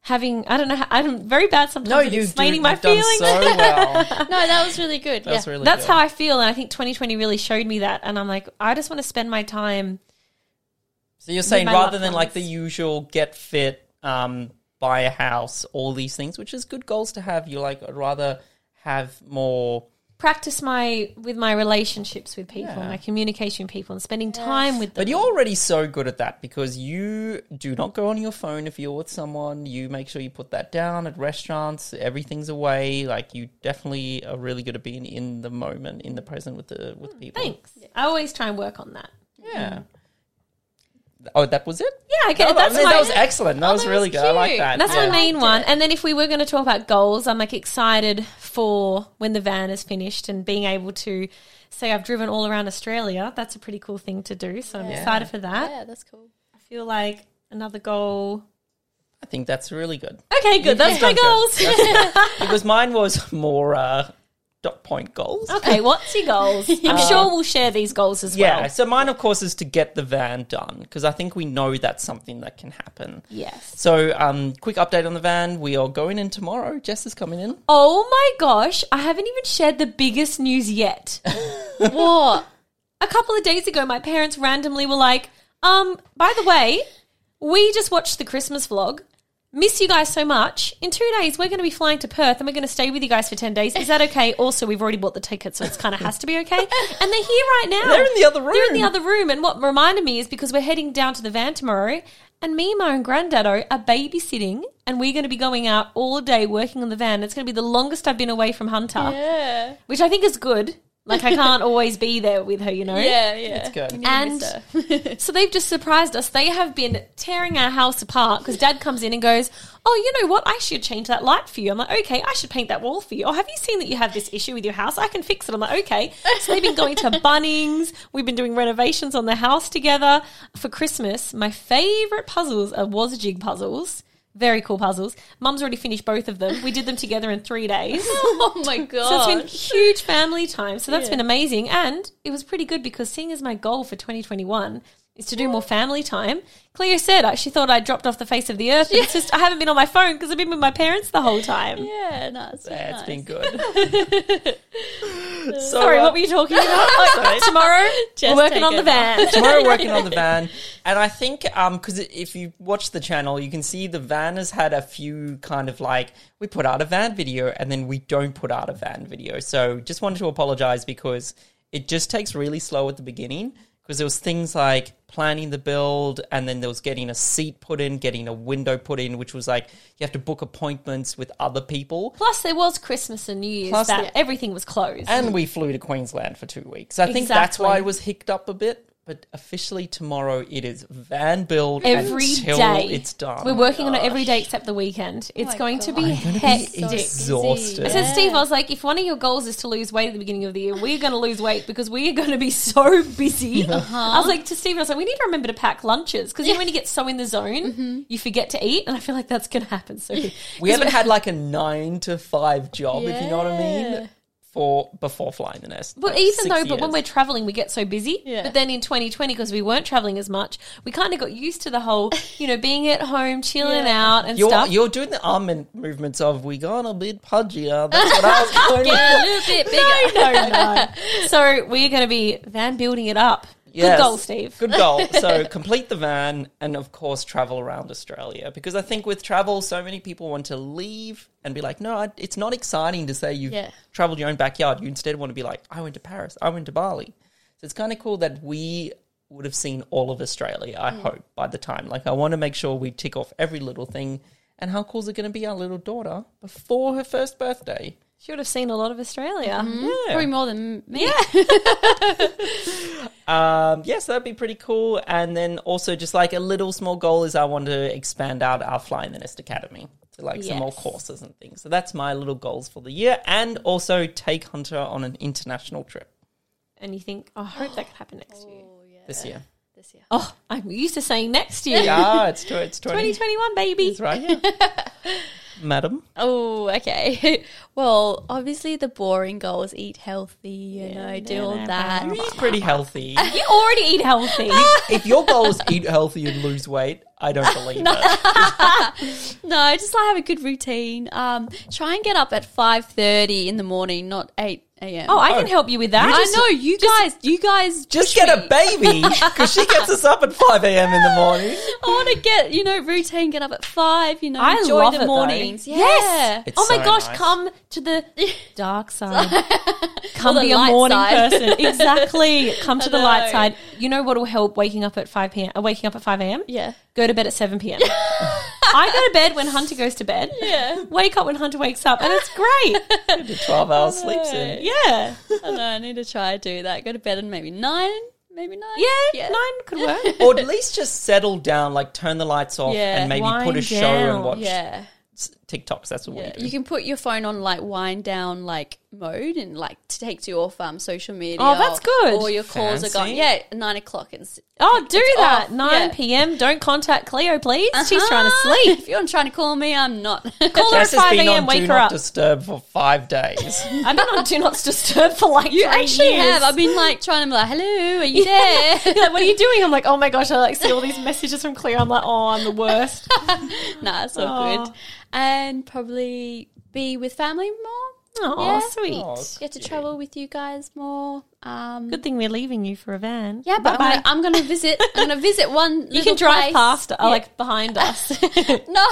having, I don't know, how- I'm very bad sometimes Mm. No, at you explaining do, my you've done feelings. so well. No, that was really good. That's yeah. really that's good. how I feel. And I think 2020 really showed me that. And I'm like, I just want to spend my time. So you're saying my rather loved than like the ones. usual get fit, um, buy a house, all these things, which is good goals to have, you like I'd rather have more Practice my with my relationships with people, Yeah. my communication with people, and spending time with them. But you're already so good at that because you do not go on your phone if you're with someone. You make sure you put that down at restaurants. Everything's away. Like you definitely are really good at being in the moment, in the present with the with people. Thanks. I always try and work on that. Yeah. Oh, that was it. Yeah, I get Oh, it. That's that, my, was excellent. Oh, That was that really was good. I like cute. that. That's yeah. my main one. And then if we were going to talk about goals, I'm like excited for when the van is finished and being able to say I've driven all around Australia. That's a pretty cool thing to do. So I'm Yeah. excited for that. Yeah, that's cool. I feel like another goal. I think that's really good Okay, good. That's my done good. goals. because mine was more uh, dot point goals. okay, what's your goals? I'm sure we'll share these goals as Yeah. well. So mine, of course, is to get the van done because I think we know that's something that can happen. Yes. So, um, quick update on the van. We are going in tomorrow. Jess is coming in. Oh my gosh, I haven't even shared the biggest news yet. What? a couple of days ago, my parents randomly were like, um, by the way, we just watched the Christmas vlog. Miss you guys so much. In two days, we're going to be flying to Perth and we're going to stay with you guys for 10 days. Is that okay? Also, we've already bought the tickets, so it's kind of has to be okay. And they're here right now. They're in the other room. They're in the other room. And what reminded me is because we're heading down to the van tomorrow, and me, Mo, and Grandaddo are babysitting, and we're going to be going out all day working on the van. It's going to be the longest I've been away from Hunter, Yeah. which I think is good. Like, I can't always be there with her, you know? Yeah, yeah. It's good. And so they've just surprised us. They have been tearing our house apart because dad comes in and goes, Oh, you know what? I should change that light for you. I'm like, Okay, I should paint that wall for you. Oh, have you seen that you have this issue with your house? I can fix it. I'm like, Okay. So they've been going to Bunnings. We've been doing renovations on the house together. For Christmas, my favorite puzzles are Wazjig puzzles. Very cool puzzles. Mum's already finished both of them. We did them together in three days. oh my So god. it's been huge family time. So that's Yeah. been amazing. And it was pretty good because seeing as my goal for 2021 is to do more family time, Cleo said uh, she thought I dropped off the face of the earth. And It's just I haven't been on my phone because I've been with my parents the whole time. yeah, no, it's been, Yeah, nice. It's been good. so, Sorry, uh, what were you talking about? Oh, tomorrow, Just we're working take on the over. van. tomorrow working on the van, and I think um because if you watch the channel, you can see the van has had a few kind of like we put out a van video and then we don't put out a van video. So just wanted to apologize because it just takes really slow at the beginning because there was things like planning the build and then there was getting a seat put in, getting a window put in, which was like you have to book appointments with other people. Plus, there was Christmas and New Year's Plus that the- everything was closed. And we flew to Queensland for two weeks. I think that's Exactly. why it was hicked up a bit. But officially tomorrow it is van build Every until day. it's done. we're working on it every day except the weekend. It's my going to God. be I'm gonna be hectic. exhausted. I said, Steve, I was like, if one of your goals is to lose weight at the beginning of the year, we're going to lose weight because we're going to be so busy. I was like to Steve, I was like, we need to remember to pack lunches because you know when you get so in the zone, you forget to eat, and I feel like that's going to happen. So Mm-hmm. We haven't had like a nine to five job, if you know what I Yeah. mean, for before flying the nest. But Like, even six though, but years. when we're traveling, we get so busy. Yeah. But then in 2020, because we weren't traveling as much, we kind of got used to the whole, you know, being at home, chilling Yeah. out, and you're, stuff. you're doing the arm men- movements of we gonna be pudgier. That's what I was going a for. little bit bigger. No, no, no. so we're going to be van building it up. Yes. Good goal, Steve. Good goal. So complete the van and of course travel around Australia because I think with travel, so many people want to leave and be like, no, I- it's not exciting to say you've Yeah. traveled your own backyard. You instead want to be like, I went to Paris, I went to Bali. So it's kind of cool that we would have seen all of Australia, I Mm. hope, by the time. Like, I want to make sure we tick off every little thing. And how cool is it going to be our little daughter before her first birthday? She would have seen a lot of Australia. Mm-hmm. Probably more than me. Yeah. Um, yes, that'd be pretty cool. And then also, just like a little small goal is I want to expand out our Fly in the Nest Academy to like some more Yes. courses and things. So that's my little goals for the year. And also take Hunter on an international trip "Oh, Oh. And you think, I hope that could happen next year. this year. This year. Oh, I'm used to saying next year. yeah, it's, tw- it's 20. 2021, baby. It's right here. Madam. Oh, okay. Well, obviously the boring goals: eat healthy, you know, do all that. You're pretty healthy. You already eat healthy. if your goal is eat healthy and lose weight, I don't believe it. No, just like have a good routine. Um, try and get up at five thirty in the morning, not eight a.m. oh, I can help you with that. I know you guys. You guys Just push get me. a baby because she gets us up at 5 a.m. in the morning. I want to get you know routine. Get up at five. You know, I enjoy love it, the though. mornings. Yeah. Yes. It's oh my so gosh, nice. come to the dark side. Come Or the be a light morning side. person. Exactly. Come to the I light know. side. You know what will help waking up at 5 p.m. Uh, waking up at 5 a.m.? Yeah. Go to bed at 7 p.m. I go to bed when Hunter goes to bed. Yeah. Wake up when Hunter wakes up, and it's great. 12 hours sleeps in. Yeah. I know. I need to try to do that. Go to bed at maybe nine. Maybe nine. Yeah, nine could work. Or at least just settle down, like turn the lights off Yeah. and maybe put Wind a show down. and watch Yeah. s- TikToks. That's what Yeah. we You do. can put your phone on like wind down like mode and like to takes you off um social media. Oh, that's or- good. Or your calls Fancy. are gone. Yeah, nine o'clock. It's Oh, do It's that. off, 9 yeah. p.m. Don't contact Cleo, please. She's Uh-huh. trying to sleep. If you're trying to call me, I'm not. Call her at Jess has 5 been a.m. on Wake Do her Not up. Disturb for five days. I've been on Do Not Disturb for like you three actually years. have. I've been like trying to be like, hello, are you there? You're like, what are you doing? I'm like, oh my gosh, I like see all these messages from Cleo. I'm like, oh, I'm the worst. nah, it's all Aw. good. And probably be with family more. Oh, Yeah. sweet. Aw. Get to travel with you guys more. Um, Good thing we're leaving you for a van. yeah, but Bye-bye. I'm gonna, I'm gonna visit. I'm gonna visit one. you can little drive place. past, uh, Yeah. like behind us. No,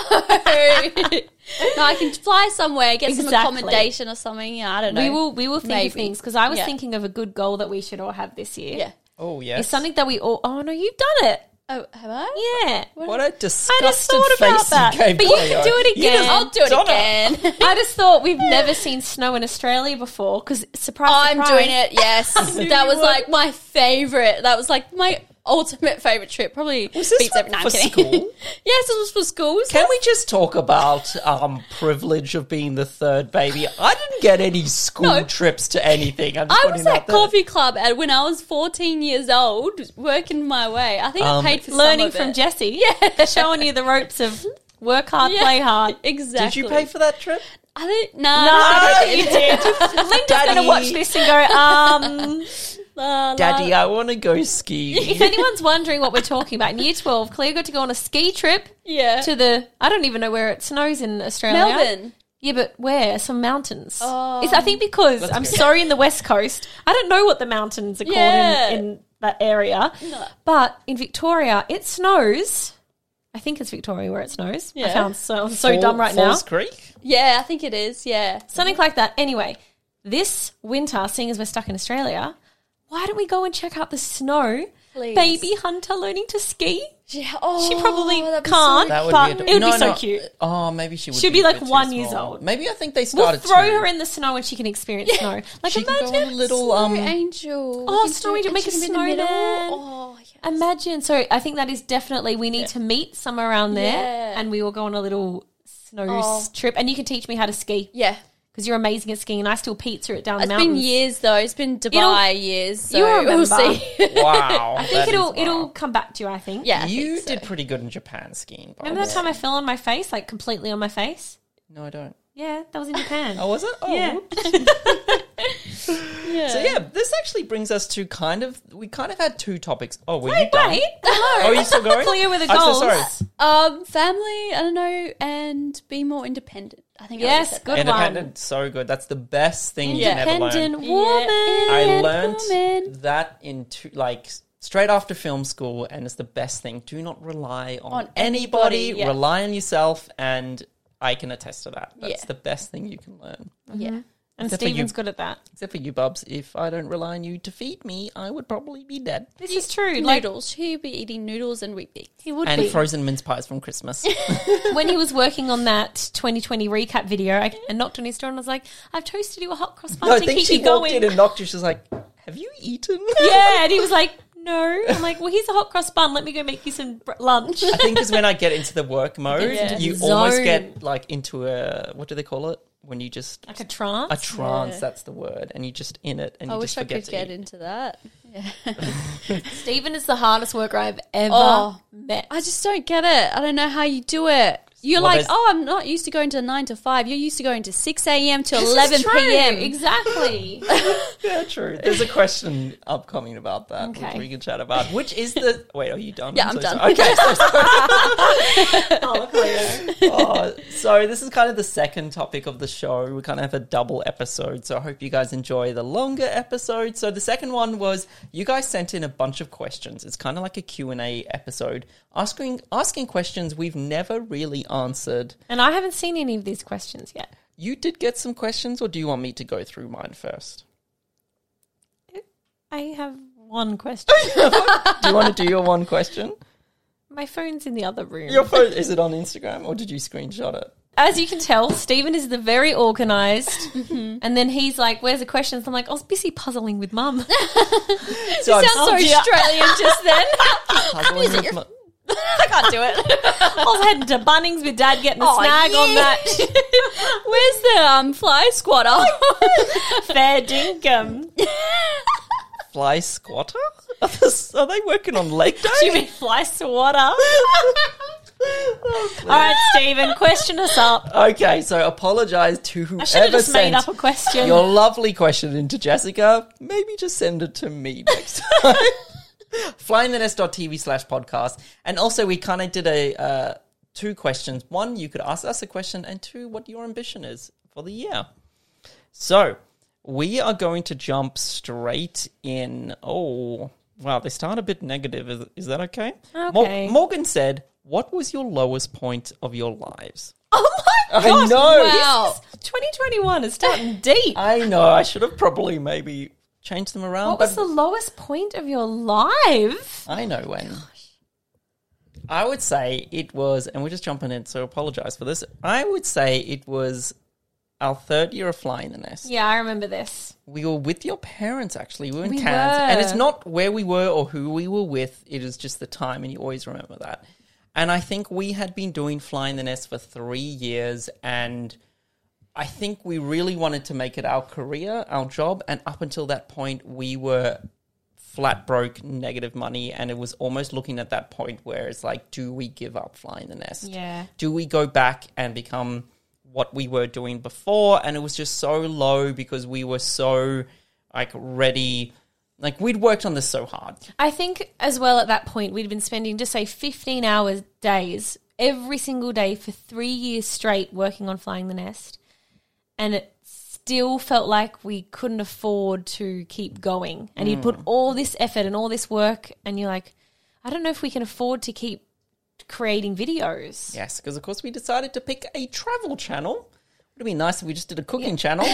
no, I can fly somewhere, get some Exactly. accommodation or something. Yeah, I don't know. we will we will think Maybe. of things because I was Yeah. thinking of a good goal that we should all have this year. Yeah. Oh, yes. It's something that we all. Oh no, you've done it. Oh, have I? Yeah. What a disgusted thought about face that. you gave But you Cleo. can do it Oh You just again. I'll do it done again. I just thought we've never seen snow in Australia before because surprise, I'm surprise, doing it. Yes, that was would. like my favorite. That was like my ultimate favorite trip. Probably Was this beats every. for- No, for I'm kidding. school? yes, it was for school. Can we just talk about um, privilege of being the third baby? I didn't get any school No. trips to anything. I'm just I putting was it out at there. coffee club at when I was 14 years old, working my way. I think Um, I paid for learning some from of it. Jesse. Yeah, showing you the ropes of work hard, Yeah. play hard. Did Exactly. you pay for that trip? I think no. No, I you did. Linda's going to watch this and go, um. la, la. Daddy, I want to go skiing. If anyone's wondering what we're talking about, in year 12, Claire got to go on a ski trip Yeah. to the, I don't even know where it snows in Australia. Melbourne. Yeah, but where? Some mountains. Oh. It's, I think because, I'm go. sorry, in the West Coast, I don't know what the mountains are called Yeah. in, in that area. But in Victoria, it snows. I think it's Victoria where it snows. I Yeah. found so, I'm so dumb right now. Falls Creek? Yeah, I think it is. Yeah. something like that. Anyway, this winter, seeing as we're stuck in Australia, why don't we go and check out the snow? Please. Baby Hunter learning to ski. Yeah. Oh, She probably that'd be so can't, That would but be it a, would No, be so no. cute. Oh, maybe she would She'd be a like bit too one years small. old. Maybe I think they We'll started throw two. her in the snow and she can experience snow. Like She can imagine, go on a little um Snow angel. Oh, We can snow do- angel, and make she a can be in the middle. snowman. Oh, yeah. imagine. So I think that is definitely we need to meet somewhere around there, Yeah. and we will go on a little snow Oh. s- trip, and you can teach me how to ski Yeah. because you're amazing at skiing, and I still pizza it down It's the mountains. been years though. It's been Dubai years. So you'll we'll remember. see. Wow. I I think it'll it'll come back to you. I think. yeah. I You think so. did pretty good in Japan skiing. by Remember the that way. time I fell on my face, like completely on my face? No, I don't. Yeah, that was in Japan. Oh, was it? Oh, Yeah. So yeah, this actually brings us to kind of we kind of had two topics. Oh, were you done? Wait, Oh, are you still going? clear with the I'm goals. so sorry. Um, family. I don't know, and be more independent. I think. I already Yes, said good one. Independent, so good. That's the best thing you can ever learn. Independent Yeah. woman. I Independent learned woman. that in two, like straight after film school, and it's the best thing. Do not rely on, On anybody. anybody, yeah. Rely on yourself, and I can attest to that. That's Yeah. the best thing you can learn. that. Yeah. And Except for you. Stephen's good at that. Except for you, Bubs. If I don't rely on you to feed me, I would probably be dead. This is true. Like Noodles. He'd be eating noodles and wheat bix. he would And be frozen mince pies from Christmas. when he was working on that 2020 recap video. I, I knocked on his door and I was like, "I've toasted you a hot cross bun No, I to think keep she you walked going." in and knocked you. She's like, "Have you eaten?" yeah, and he was like, "No." I'm like, "Well, here's a hot cross bun. Let me go make you some br- lunch." I think because when I get into the work mode, into the you almost zone. get like into a what do they call it when you just Like a trance. a trance. Yeah. That's the word, and you just in it, and I you wish just I forget could to get eat. into that. Stephen is the hardest worker I've ever Oh. met. I just don't get it. I don't know how you do it. You're Well, like, there's- oh, I'm not used to going to nine to five. You're used to going to six a.m. to This is eleven true, p.m. Exactly. Yeah, true. There's a question upcoming about that, which Okay. we can chat about. Which is the wait? Are you done? Yeah, I'm so done. sorry. Okay. So, oh, Cleo. oh, so this is kind of the second topic of the show. We kind of have a double episode, so I hope you guys enjoy the longer episode. So the second one was you guys sent in a bunch of questions. It's kind of like a Q and A episode, asking asking questions we've never really answered. And I haven't seen any of these questions yet. You did get some questions, or do you want me to go through mine first? I have one question. Do you want to do your one question? My phone's in the other room. Your phone is it on Instagram, or did you screenshot it? As you can tell, Stephen is the very organized. Mm-hmm. And then he's like, Where's the questions? I'm like, I was busy puzzling with mum. So I'm Sounds so Australian just then. puzzling with my- I can't do it. I was heading to Bunnings with dad getting a Oh, snag on yeah. that Where's the um, fly squatter? fair dinkum. fly squatter. Are this- are they working on leg day? You mean fly swatter? All right, Stephen, question us up. Oh, Okay, so apologize to I should have whoever just made sent up a question. your lovely question into Jessica. Maybe just send it to me next time. Flyinthenest.tv slash podcast. And also, we kind of did a uh, two questions. One, you could ask us a question, and two, what your ambition is for the year. So we are going to jump straight in. Oh, wow, they start a bit negative. Is, is that okay? Mor- Okay. Morgan said, What was your lowest point of your lives? Oh my I god! know. Uh, Wow. 2021 is starting deep. I know, I should have probably maybe changed them around. What was the but lowest point of your life? I know when. I would say it was, and we're just jumping in, so apologize for this. I would say it was our third year of flying the nest. Yeah, I remember this. we were with your parents actually. We were in We Cairns, were. and it's not where we were or who we were with. It is just the time, and you always remember that. And I think we had been doing Fly in the Nest for three years, and I think we really wanted to make it our career, our job. And up until that point, we were flat broke, negative money, and it was almost looking at that point where it's like, do we give up Fly in the Nest? Yeah. do we go back and become what we were doing before and it was just so low because we were so like ready like we'd worked on this so hard I think as well at that point we'd been spending just say 15 hours days every single day for 3 years straight working on flying the nest and it still felt like we couldn't afford to keep going and you'd put all this effort and all this work and you're like I don't know if we can afford to keep creating videos. yes because of course we decided to pick a travel channel would have been nice if we just did a cooking channel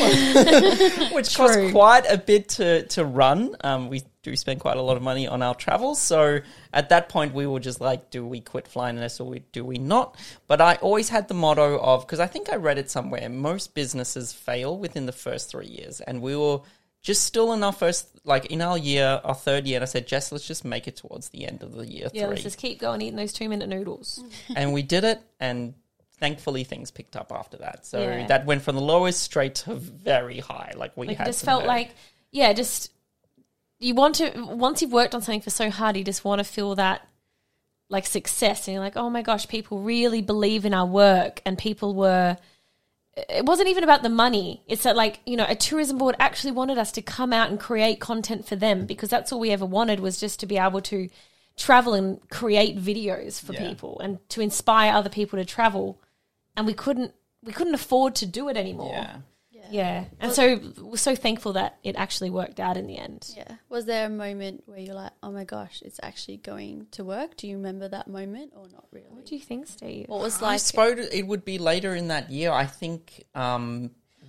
which costs True. quite a bit to to run um, we do spend quite a lot of money on our travels so at that point we were just like do we quit flying this or we, do we not but i always had the motto of because i think i read it somewhere most businesses fail within the first three years and we were just still in our first like in our year our third year and i said jess let's just make it towards the end of the year Yeah, three let's just keep going eating those 2 minute noodles. and we did it and thankfully things picked up after that so Yeah. that went from the lowest straight to very high like we Like had it just some felt very- like, yeah, just you want to once you've worked on something for so hard, you just want to feel that like success, and you're like, oh my gosh, people really believe in our work, and people were. It wasn't even about the money. It's that like you know, a tourism board actually wanted us to come out and create content for them because that's all we ever wanted was just to be able to travel and create videos for Yeah. people and to inspire other people to travel, and we couldn't we couldn't afford to do it anymore. yeah Yeah, and so we're so thankful that it actually worked out in the end. yeah. Was there a moment where you're like, oh my gosh, it's actually going to work? Do you remember that moment or not really? What do you think, Steve? What was i like? suppose it would be later in that year i think um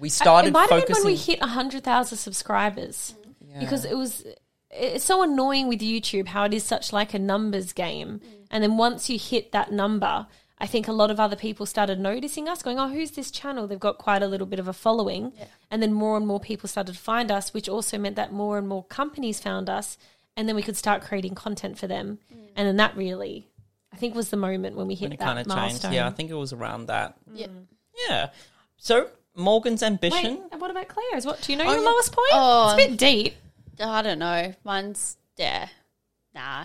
we it started might have been focusing when we hit hundred thousand subscribers because it was. It's so annoying with YouTube how it is such like a numbers game, Mm. and then once you hit that number, I think a lot of other people started noticing us, going, "Oh, who's this channel?" They've got quite a little bit of a following, and then more and more people started to find us, which also meant that more and more companies found us, and then we could start creating content for them, and then that really, I think, was the moment when we hit Mm. when it that kind of changed milestone. Mm. yeah i think it was around that Yeah. yeah so morgan's ambition Wait, and what about Claire's? What do you know Oh, your yeah. lowest point? Oh. It's a bit deep. I don't know. Mine's yeah, nah.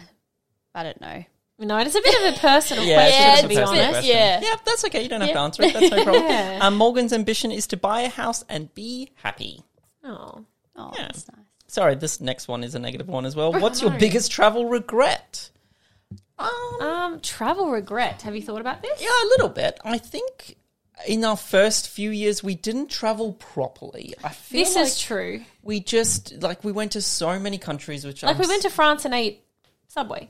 I don't know. No, it's a bit of a personal Yeah, question, it's a to bit be of a personal honest. question. yeah. Yeah, that's okay. You don't have to answer it. That's no problem. Yeah. um, Morgan's ambition is to buy a house and be happy. Oh. Oh, Yeah. that's nice. Sorry, this next one is a negative one as Oh, well. What's your biggest travel regret? Um, Um, travel regret. Have you thought about this? yeah, a little bit. I think in our first few years we didn't travel properly. I feel This like is true. we just like we went to so many countries, which Like I'm we went to France and ate Subway.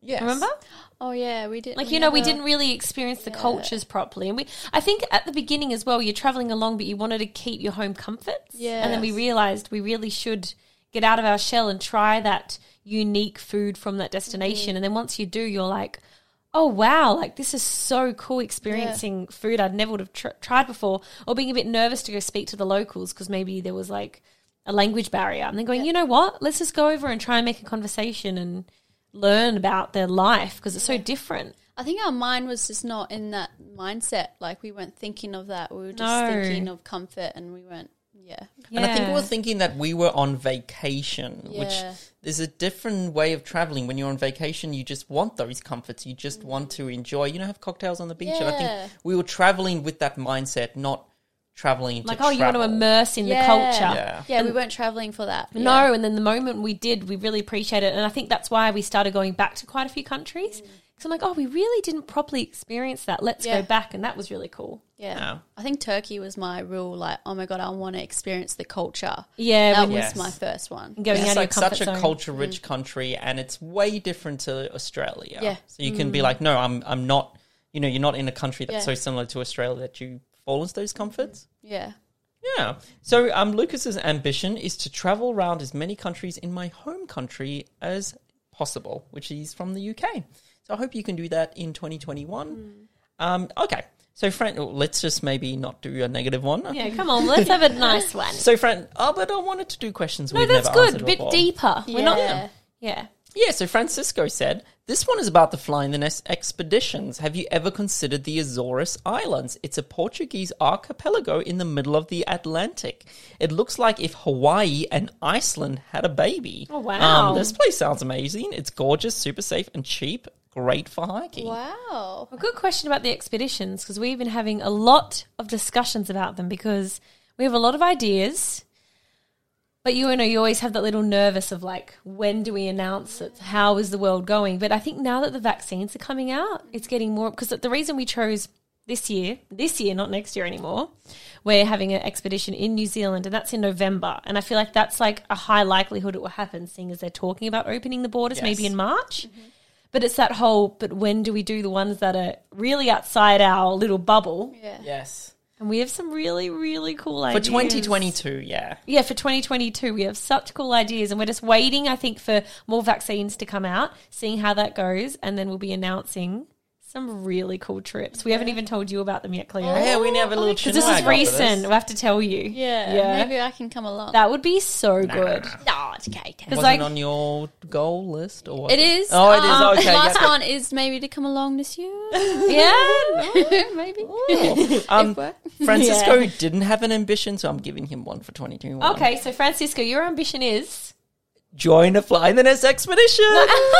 yes. Remember? Oh yeah, we did. Like you know, we didn't really experience the cultures properly, and we. I think at the beginning as well, you're traveling along, but you wanted to keep your home comforts. and then we Yes. realized we really should get out of our shell and try that unique food from that Mm-hmm. destination. And then once you do, you're like, oh wow, like this is so cool experiencing food I'd never would have tr- tried before, or being a bit nervous to go speak to the locals because maybe there was like a language barrier. And then going, you know what? Let's just go over and try and make a conversation and learn about their life because it's so different. I think our mind was just not in that mindset. Like we weren't thinking of that. We were just No. thinking of comfort, and we weren't. Yeah. And I think we Yeah. were thinking that we were on vacation, Yeah. which there's a different way of traveling. When you're on vacation, you just want those comforts. You Mm. just want to enjoy, you know, have cocktails on the beach. And I Yeah. think we were traveling with that mindset, not traveling like, to oh, you want to travel. immerse in Yeah. the culture. Yeah. Yeah, we weren't traveling for that. No, and then the moment we did, we really appreciate it. And I think that's why we started going back to quite a few countries. Because I'm like, oh, we really didn't properly experience that. Let's Yeah. go back. And that was really cool. Yeah. Yeah. I think Turkey was my real like, oh my god, I want to experience the culture. Yeah. That when was Yes. my first one. you're going It's out like of your comfort such a zone. Mm. culture rich country and it's way different to Australia. Yeah. So you can Mm. be like, no, I'm I'm not you know, you're not in a country that's so Yeah. similar to Australia that you fall into those comforts. Yeah. Mm-hmm. Yeah. So um, Lucas's ambition is to travel around as many countries in my home country as possible, which is from the UK. So I hope you can do that in 2021. Mm. Um, okay. So Fran, oh, let's just maybe not do a negative one. Yeah, come on. Let's have a nice one. So Fran, oh, but I wanted to do questions. no, we've that's never good. answered A bit before. deeper. We're not. Yeah. Yeah. Yeah. So Francisco said this one is about the fly in the nest expeditions. Have you ever considered the Azores Islands? It's a Portuguese archipelago in the middle of the Atlantic. It looks like if Hawaii and Iceland had a baby. Um, Oh, wow. this place sounds amazing. It's gorgeous, super safe, and cheap. Great for hiking. Wow. A good question about the expeditions because we've been having a lot of discussions about them because we have a lot of ideas, but you know you always have that little nervous of like when do we announce it? How is the world going? But I think now that the vaccines are coming out, it's getting more because the reason we chose this year, this year, not next year anymore, we're having an expedition in New Zealand and that's in November, and I feel like that's like a high likelihood it will happen, seeing as they're talking about opening the borders maybe Yes. Mm-hmm. in March. But it's that whole, but when do we do the ones that are really outside our little bubble? Yeah. Yes. And we have some really, really cool For ideas. 2022, yeah. Yeah, for 2022, we have such cool ideas. And we're just waiting, I think, for more vaccines to come out, seeing how that goes. And then we'll be announcing some really cool trips. We haven't even told you about them yet, Cleo. Yeah, we have a little Because this is recent. We have to tell you. Oh, Yeah. Yeah. Maybe I can come along. That would be so good. no, it's okay. okay. Wasn't It's like- Uh, on your goal list or was It is. Oh, it is. um, okay. Last yeah. one is maybe to come along this year. yeah. maybe. Um, If we're- Francisco didn't have an ambition, so I'm giving him one for 2021. Okay, so Francisco, your ambition is. Join a fly in the nest expedition.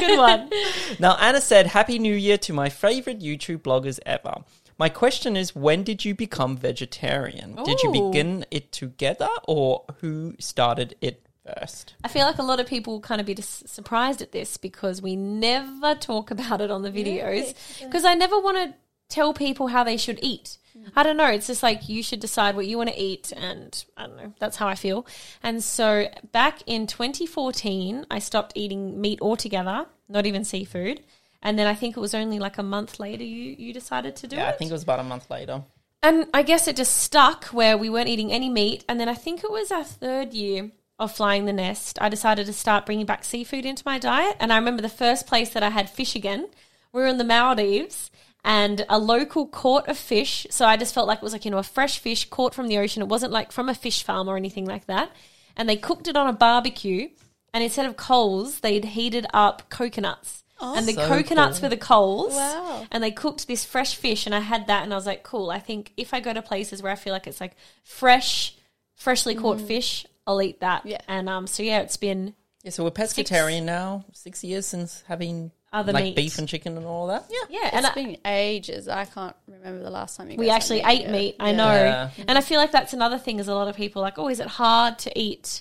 good one. now, Anna said, Happy New Year to my favorite YouTube bloggers ever. My question is, when did you become vegetarian? Did you Ooh. begin it together or who started it first? I feel like a lot of people will kind of be dis- surprised at this because we never talk about it on the videos because I never want to tell people how they should eat. I don't know. It's just like you should decide what you want to eat, and I don't know. That's how I feel. And so back in 2014, I stopped eating meat altogether, not even seafood. And then I think it was only like a month later you, you decided to do Yeah, I it. think it was about a month later. And I guess it just stuck where we weren't eating any meat. And then I think it was our third year of flying the nest. I decided to start bringing back seafood into my diet. And I remember the first place that I had fish again, we were in the Maldives and a local caught a fish. So I just felt like it was like, you know, a fresh fish caught from the ocean. It wasn't like from a fish farm or anything like that. And they cooked it on a barbecue. And instead of coals, they'd heated up coconuts. and the So coconuts cool. were the coals Wow. and they cooked this fresh fish and I had that and I was like, cool, I think if I go to places where I feel like it's like fresh, freshly caught fish, I'll eat that. Mm. Yeah. And um, so yeah, it's been Yeah, so we're pescatarian now. Six years since having Other like meat. beef and chicken and all that. Yeah. yeah, It's and I- been ages. I can't remember the last time you we guys had actually meat. ate Yeah. meat. I Yeah. know, Yeah. and I feel like that's another thing. Is a lot of people like, oh, is it hard to eat?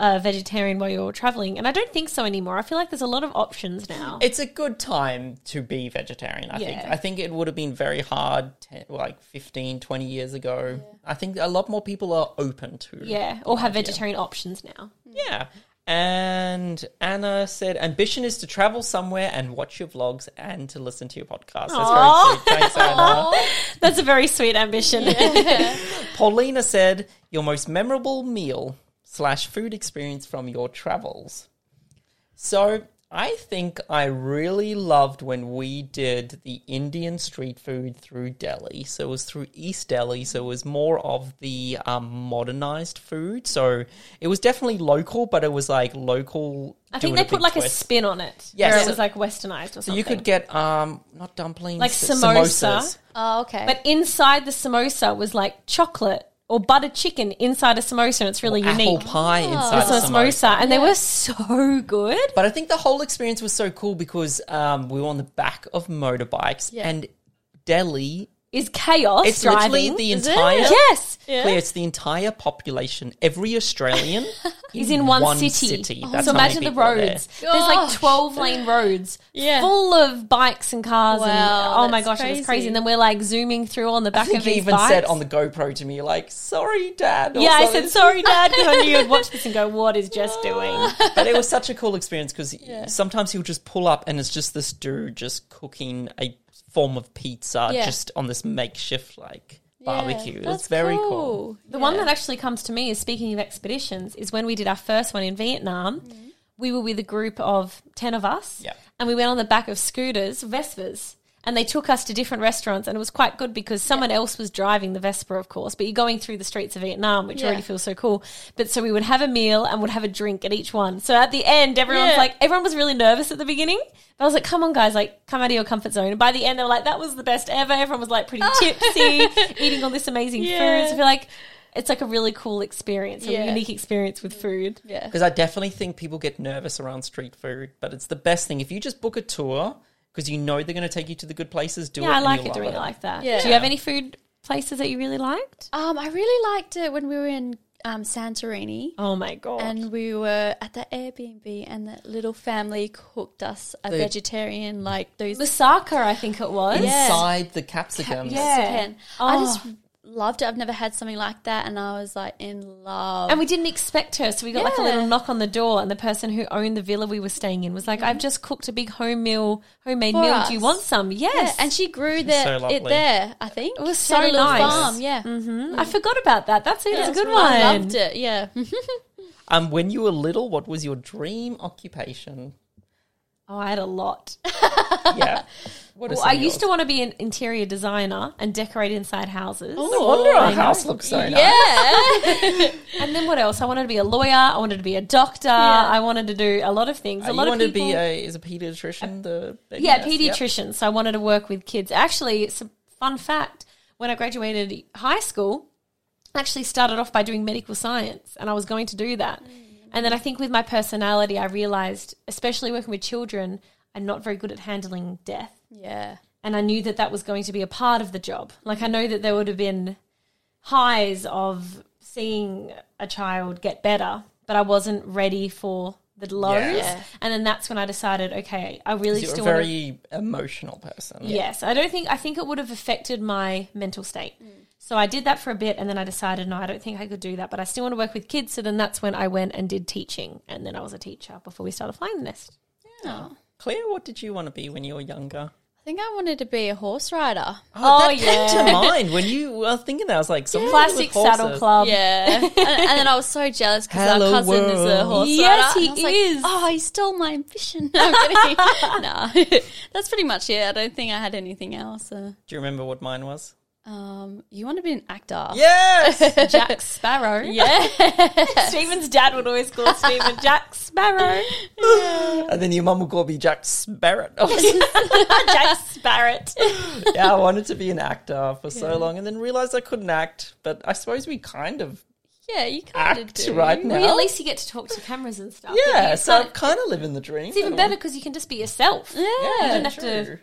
Uh, vegetarian while you're traveling, and I don't think so anymore. I feel like there's a lot of options now. It's a good time to be vegetarian, I think. Yeah. I think it would have been very hard 10, like 15, 20 years ago. I think a lot more people are open to yeah, or have vegetarian options now. Yeah. And Anna said, ambition is to travel somewhere and watch your vlogs and to listen to your podcast. That's Aw. very cute. Thanks, Anna. That's a very sweet ambition. Paulina said, your most memorable meal slash food experience from your travels. So I think I really loved when we did the Indian street food through Delhi. So it was through East Delhi. So it was more of the um, modernized food. So it was definitely local, but it was like local. I think doing they big put like a twist. spin on it. Yes. Where it So- was like westernized or something. So you could get um not dumplings Like but samosa. samosas. Oh, okay. But inside the samosa was like chocolate or buttered chicken inside a samosa. And it's really apple unique. pie inside So a Oh. it's samosa. samosa. And they were so good. But I think the whole experience was so cool because um, we were on the back of motorbikes Yeah. and Delhi. Is chaos It's driving. literally the is entire. it? yes. Clear, it's the entire population. Every Australian He's in one, city. Oh, That's so how many imagine the people are there. roads. There's like Gosh. 12 lane roads Yeah. full of bikes and cars. Wow, and, oh my that's gosh, it was crazy. crazy. And then we're like zooming through on the I back think of you these even bikes. said on the GoPro to me, like, "Sorry, Dad." or Yeah, I something. said sorry, Dad, because I knew you'd watch this and go, "What is Jess doing?" but it was such a cool experience because sometimes he'll just pull up and it's just this dude just cooking a form of pizza Yeah. just on this makeshift like Yeah, barbecue. It's that's very cool. The one that actually comes to me is speaking of expeditions is when we did our first one in Vietnam. Mm-hmm. We were with a group of ten of us, Yeah. and we went on the back of scooters, Vespas. And they took us to different restaurants, and it was quite good because someone else was driving the Vespa, of course. But you're going through the streets of Vietnam, which Yeah. already feels so cool. But so we would have a meal and would have a drink at each one. So at the end, everyone's Yeah. like, everyone was really nervous at the beginning. But I was like, come on, guys, like, come out of your comfort zone. And by the end, they were like, that was the best ever. Everyone was like pretty tipsy, eating all this amazing Ah. Yeah. food. So I feel like it's like a really cool experience, a Yeah. unique experience with food. Yeah. Because I definitely think people get nervous around street food, but it's the best thing if you just book a tour because you know they're going to take you to the good places. Do it. Yeah, I and like you'll it doing love it like that. Yeah. Do you have any food places that you really liked? Um, I really liked it when we were in um, Santorini. Oh my god! And we were at the Airbnb, and that little family cooked us a The- vegetarian, like those Lusaka, I think it was. Yeah. Inside the capsicums. yeah. Oh. Mexican. I just loved it. I've never had something like that, and I was like in love. And we didn't expect her, so we got like a Yeah. little knock on the door, and the person who owned the villa we were staying in was like, "I've just cooked a big home meal, homemade For meal. Do you us. want some?" Yes, yeah, and she grew the, so it lovely. there. I think it was a so little nice. farm. Yeah, I forgot about that. That's a, that's a good one. I loved it. Yeah. Um, when you were little, what was your dream occupation? Oh, I had a lot. Yeah. What are Well, some I of used to yours? want to be an interior designer and decorate inside houses. Oh No wonder our house looks so nice. yeah. And then what else? I wanted to be a lawyer. I wanted to be a doctor. I wanted to do a lot of things. Uh, A you lot of wanted people. to be a is a pediatrician? the yeah, yes, yep. pediatrician. So I wanted to work with kids. Actually, it's a fun fact. When I graduated high school, I actually started off by doing medical science, and I was going to do that. And then I think with my personality, I realized, especially working with children, I'm not very good at handling death. yeah. and I knew that that was going to be a part of the job. Like I know that there would have been highs of seeing a child get better, but I wasn't ready for the lows. Yeah. And then that's when I decided, okay, I really You're a still want to. very emotional person. Yes, I don't think I think it would have affected my mental state. So I did that for a bit, and then I decided, no, I don't think I could do that. But I still want to work with kids. So then that's when I went and did teaching, and then I was a teacher before we started flying the nest. Oh. Claire, what did you want to be when you were younger? I think I wanted to be a horse rider. Oh, that came to mind when you were thinking that. I was like, something Classic with horses. saddle club. Yeah, and, and then I was so jealous because our Hello, cousin is a world. horse Yes, rider. he and I was like, is. oh, he stole my ambition. No, I'm kidding. nah, that's pretty much it. I don't think I had anything else. Uh, Do you remember what mine was? um, you want to be an actor? Yes. Jack Sparrow. Yeah. Stephen's dad would always call Stephen Jack Sparrow. and then your mum would call me Jack Sparrett. yeah, Jack Sparrett. I wanted to be an actor for so long, and then realized I couldn't act. But I suppose we kind of Yeah, you kind of act do. right now. Well, at least you get to talk to cameras and stuff. don't yeah, you? so I'm Kinda- kind of living the dream. it's even better because you can just be yourself. Yeah, you Yeah, don't have to, true.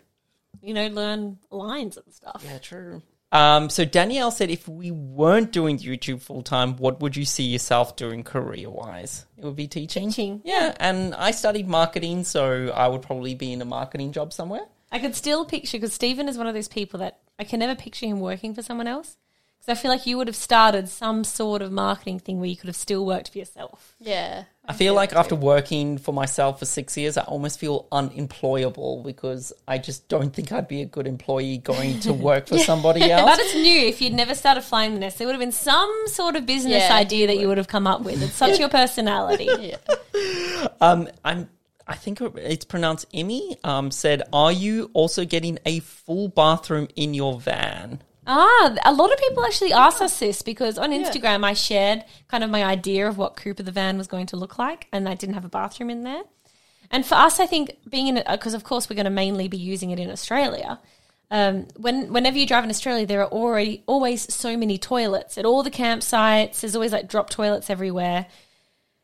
you know, learn lines and stuff. Yeah, true. Um, so Danielle said, if we weren't doing YouTube full time, what would you see yourself doing career wise? It would be teaching. Teaching. Yeah, and I studied marketing, so I would probably be in a marketing job somewhere. I could still picture because Stephen is one of those people that I can never picture him working for someone else. Because I feel like you would have started some sort of marketing thing where you could have still worked for yourself. Yeah. I feel like after working for myself for six years, I almost feel unemployable because I just don't think I'd be a good employee going to work for somebody But else. it's new. If you'd never started flying the nest, there would have been some sort of business Yeah, idea that you would have come up with. It's such your personality. Yeah. I'm. I think it's pronounced Emmy. Um, said, "Are you also getting a full bathroom in your van?" Ah, a lot of people actually asked us this because on Instagram I shared kind of my idea of what Cooper the van was going to look like, and I didn't have a bathroom in there. And for us, I think being in it because of course we're going to mainly be using it in Australia. Um, when whenever you drive in Australia, there are already always so many toilets at all the campsites. There's always like drop toilets everywhere.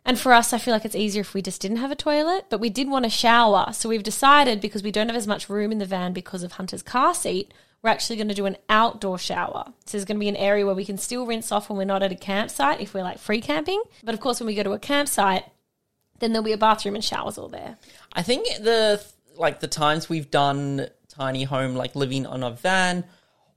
And for us, I feel like it's easier if we just didn't have a toilet, but we did want a shower. So we've decided because we don't have as much room in the van because of Hunter's car seat, we're actually going to do an outdoor shower. So there's going to be an area where we can still rinse off when we're not at a campsite if we're like free camping. But of course, when we go to a campsite, then there'll be a bathroom and showers all there. I think the like the times we've done tiny home, like living on a van.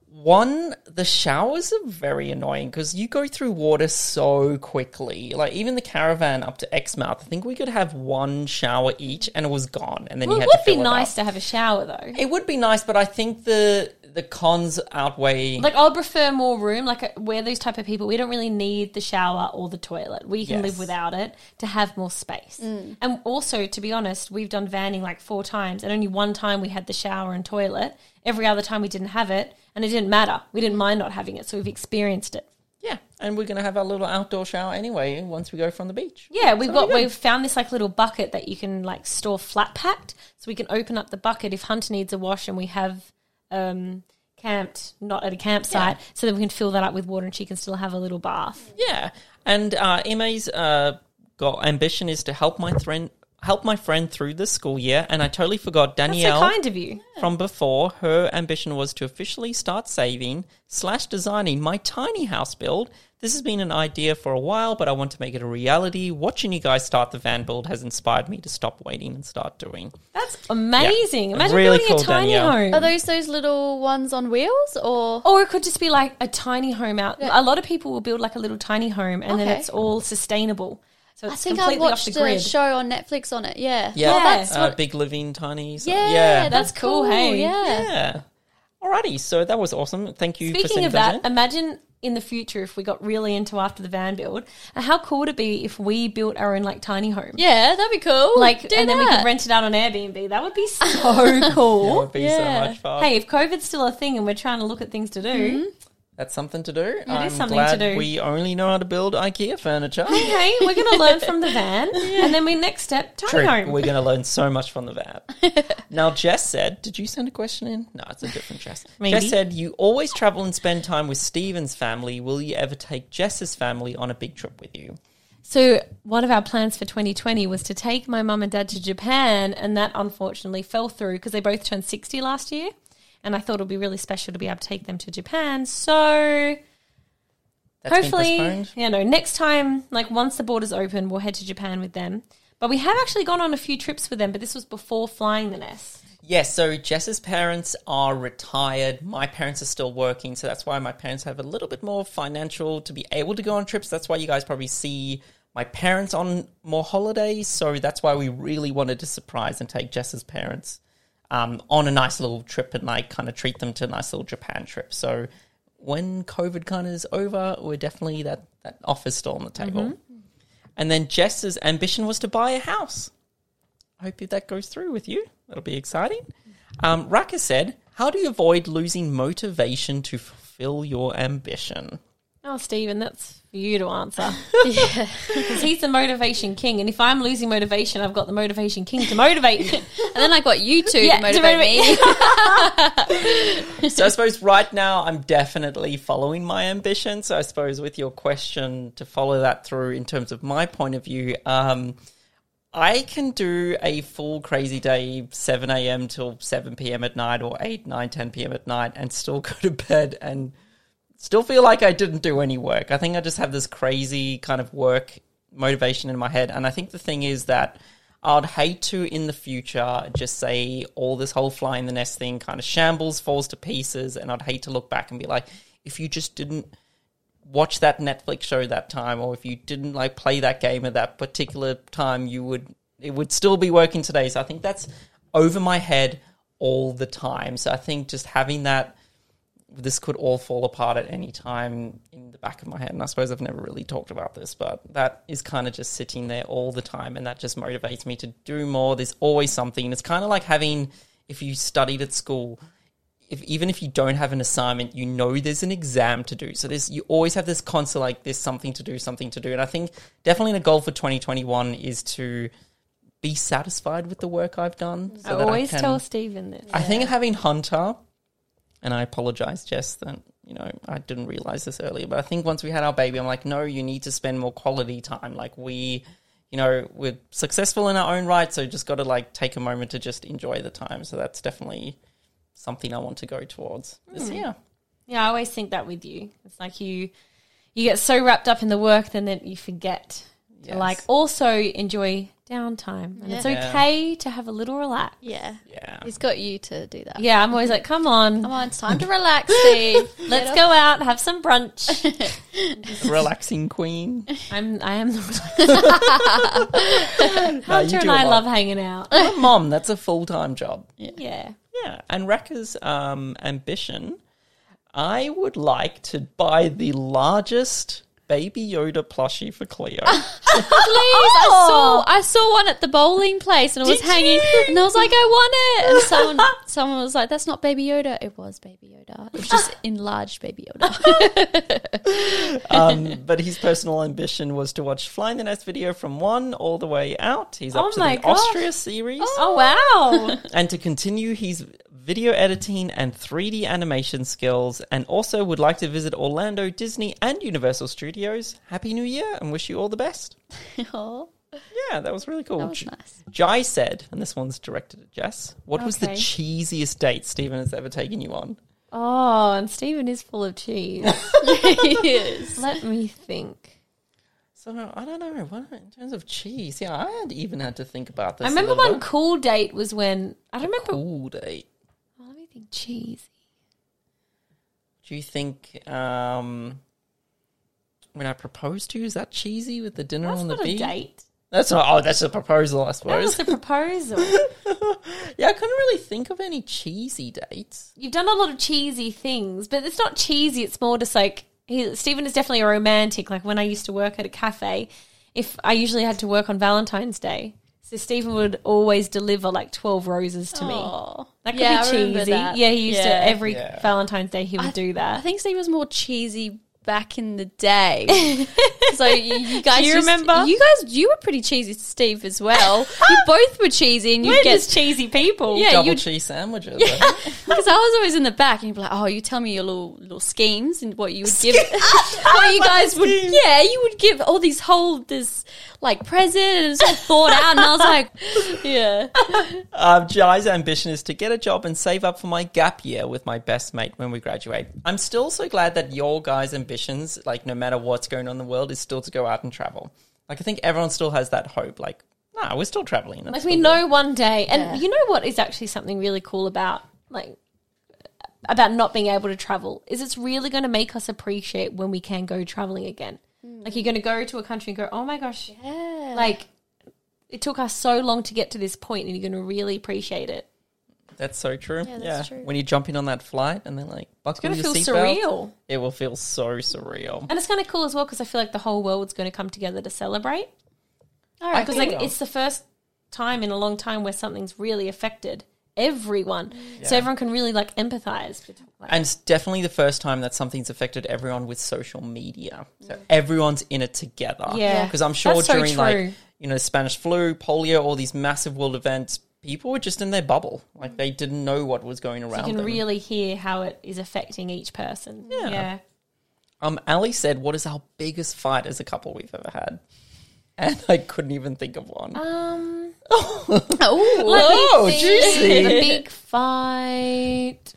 One, the showers are very annoying because you go through water so quickly. Like even the caravan up to Exmouth, I think we could have one shower each, and it was gone. And then Well, you it had to would fill be it up. nice to have a shower though. It would be nice, but I think the the cons outweigh. Like I'll prefer more room. Like uh, we're those type of people. We don't really need the shower or the toilet. We Yes. can Mm. live without it to have more space. And also, to be honest, we've done vanning like four times, and only one time we had the shower and toilet. Every other time we didn't have it, and it didn't matter. We didn't mind not having it, so we've experienced it. yeah, and we're gonna have our little outdoor shower anyway once we go from the beach. Yeah, we've So got yeah. we've found this like little bucket that you can like store flat packed, so we can open up the bucket if Hunter needs a wash and we have um camped not at a campsite, so that we can fill that up with water and she can still have a little bath. Yeah, and uh, Emma's uh, goal ambition is to help my friend help my friend through the school year, and I totally forgot That's Danielle so kind of you. from before. Her ambition was to officially start saving slash designing my tiny house build. This has been an idea for a while, but I want to make it a reality. Watching you guys start the van build has inspired me to stop waiting and start doing. That's amazing. Yeah. Imagine Really building cool, a tiny Danielle. home. Are those those little ones on wheels or? or it could just be like a tiny home out. A lot of people will build like a little tiny home and then Okay. it's all sustainable. So I it's think I completely off the watched a grid. show on Netflix on it. Yeah. Oh, Yeah, Well, that's uh, what- big living tiny. so- Yeah, yeah, That's that's, cool, cool. hey? Yeah. yeah. Alrighty, so that was awesome. Thank you for Speaking sending of that, in. imagine in the future if we got really into after the van build, and how cool would it be if we built our own like tiny home? Yeah, that'd be cool. Like, do and then we that. could rent it out on Airbnb. That would be so That cool. would be yeah. so much fun. Hey, if COVID's still a thing and we're trying to look at things to do, That's something to do. It I'm something glad to do. We only know how to build IKEA furniture. Hmm? okay, we're going to learn from the van, and then we next step tiny True. home. We're going to learn so much from the van. now, Jess said, "Did you send a question in?" No, it's a different Jess. Maybe. Jess said, "You always travel and spend time with Steven's family. Will you ever take Jess's family on a big trip with you?" So one of our plans for 2020 was to take my mum and dad to Japan, and that unfortunately fell through because they both turned 60 last year, and I thought it would be really special to be able to take them to Japan. So That's hopefully, you know, next time, like once the borders open, we'll head to Japan with them. But we have actually gone on a few trips with them, but this was before flying the nest. Yes, so Jess's parents are retired. My parents are still working, so that's why my parents have a little bit more financial to be able to go on trips. That's why you guys probably see my parents on more holidays. So that's why we really wanted to surprise and take Jess's parents um, on a nice little trip and like kind of treat them to a nice little Japan trip. So when COVID kind of is over, we're definitely that that offer's still on the table. And then Jess's ambition was to buy a house. I hope that goes through with you. That'll be exciting. Um, Raka said, How do you avoid losing motivation to fulfill your ambition? Oh, Stephen, that's for you to answer. Because he's the motivation king. And if I'm losing motivation, I've got the motivation king to motivate me. And then I got you two Yeah, to to motivate, me. motivate- So I suppose right now I'm definitely following my ambition. So I suppose with your question to follow that through in terms of my point of view, um, I can do a full crazy day, 7 a.m. till 7 p.m. at night or 8, 9, 10 p.m. at night and still go to bed and still feel like I didn't do any work. I think I just have this crazy kind of work motivation in my head. And I think the thing is that I'd hate to in the future just say all this whole fly in the nest thing kind of shambles, falls to pieces. And I'd hate to look back and be like, if you just didn't watch that Netflix show that time, or if you didn't like play that game at that particular time, you would it would still be working today. So I think that's over my head all the time. So I think just having that this could all fall apart at any time in the back of my head. And I suppose I've never really talked about this, but that is kind of just sitting there all the time. And that just motivates me to do more. There's always something. It's kind of like having, if you studied at school, if even if you don't have an assignment, you know there's an exam to do. So there's you always have this constant like there's something to do, something to do. And I think definitely the goal for 2021 is to be satisfied with the work I've done. so I that always can- tell Stephen this. I think having Hunter, and I apologize, Jess, that you know I didn't realize this earlier, but I think once we had our baby, I'm like, no, you need to spend more quality time. Like we, you know, we're successful in our own right, so just got to like take a moment to just enjoy the time. So that's definitely something I want to go towards this Hmm. year. Yeah, I always think that with you. It's like you you get so wrapped up in the work then that you forget Yes. to like also enjoy downtime. And it's Yeah. okay to have a little relax. yeah. Yeah. He's got you to do that. Yeah, I'm always like, come on. Come on, it's time to relax, Steve. Let's go out, have some brunch. Relaxing queen. I'm I am the No, you Hunter and do a I lot. love hanging out. I'm a mom. That's a full time job. Yeah. Yeah, and Rekka's um, ambition, I would like to buy the largest Baby Yoda plushie for Cleo. Please, Oh, I saw I saw one at the bowling place and it was Did hanging, you? and I was like, I want it. And someone someone was like, That's not Baby Yoda. It was Baby Yoda. It was just enlarged Baby Yoda. um, but his personal ambition was to watch Fly in the Nest video from one all the way out. He's up Oh to my the gosh. Austria series. Oh wow. And to continue his video editing and 3D animation skills, and also would like to visit Orlando, Disney, and Universal Studios. Happy New Year and wish you all the best. Aw, Yeah, that was really cool. Oh, that was J- nice. Jai said, and this one's directed at Jess, what was the Okay. cheesiest date Stephen has ever taken you on? Oh, and Stephen is full of cheese. yes. Let me think. So I don't know. What, in terms of cheese, yeah, I had even had to think about this. I a remember little one cool date was when I don't bit. remember. cool date. Oh, let me think. Cheese. Do you think um, when I proposed to you is that cheesy with the dinner That's on the not a beach? date. That's not. Oh, that's a proposal, I That suppose. was the proposal. yeah, I couldn't really think of any cheesy dates. You've done a lot of cheesy things, but it's not cheesy. It's more just like he, Stephen is definitely a romantic. Like when I used to work at a cafe, if I usually had to work on Valentine's Day, so Stephen would always deliver like twelve roses to me. Aw. That could Yeah, I be remember cheesy. that. Yeah, he used Yeah. to every Yeah. Valentine's Day he would do I that. think Steve was more cheesy back in the day. so you, you guys, Do you just- remember? You guys, you were pretty cheesy, to Steve, as well. you both were cheesy, and you We're get just cheesy people. Yeah, Double you'd- cheese sandwiches. I think. Because I was always in the back, and you'd be like, "Oh, you tell me your little little schemes and what you would give, what you guys would, Schemes. yeah, you would give all these whole this like present and it's all thought out." And I was like, "Yeah, Uh, Jai's ambition is to get a job and save up for my gap year with my best mate when we graduate. I'm still so glad that your guys' ambitions, like no matter what's going on in the world, is still to go out and travel. Like I think everyone still has that hope. Like, nah, we're still traveling. like That's we all know one day and Yeah. you know what is actually something really cool about like about not being able to travel is it's really going to make us appreciate when we can go traveling again Hmm. like you're going to go to a country and go oh my gosh like it took us so long to get to this point and you're going to really appreciate it good. That's so true. Yeah, that's true. When you jump in on that flight and then like buckle going to your feel seatbelt, surreal it will feel so surreal. and it's kind of cool as well because i feel like the whole world's going to come together to celebrate all I right, because think- like it's the first time in a long time where something's really affected everyone. So Yeah. everyone can really like empathize. with- Like, And Hmm. it's definitely the first time that something's affected everyone with social media. So everyone's in it together. Mm. Yeah. Because I'm sure That's so during like, true. you know, Spanish flu, polio, all these massive world events, people were just in their bubble. Like they didn't know what was going you around can them. really hear how it is affecting each person. Yeah. um, Ali said, What is our biggest fight as a couple we've ever had? And I couldn't even think of one. Um, oh, oh, think. juicy. The big fight.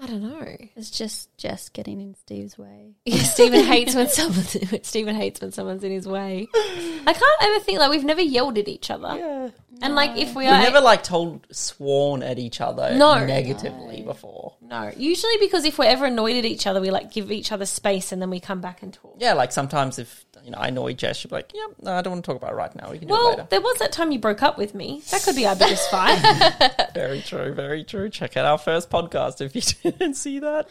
I don't know. it's just Jess getting in Steve's way. Stephen hates when someone Stephen hates when someone's in his way. I can't ever think like we've never yelled at each other. And like if we We are never like told sworn at each other No. negatively before. no, usually because if we're ever annoyed at each other, we like give each other space and then we come back and talk. Yeah, like sometimes if you know I annoy Jess, she'd be like, "Yep, no, I don't want to talk about it right now. We can do it Well, later." there was that time you broke up with me. That could be our biggest fight. Very true, very true. Check out our first podcast if you didn't see that.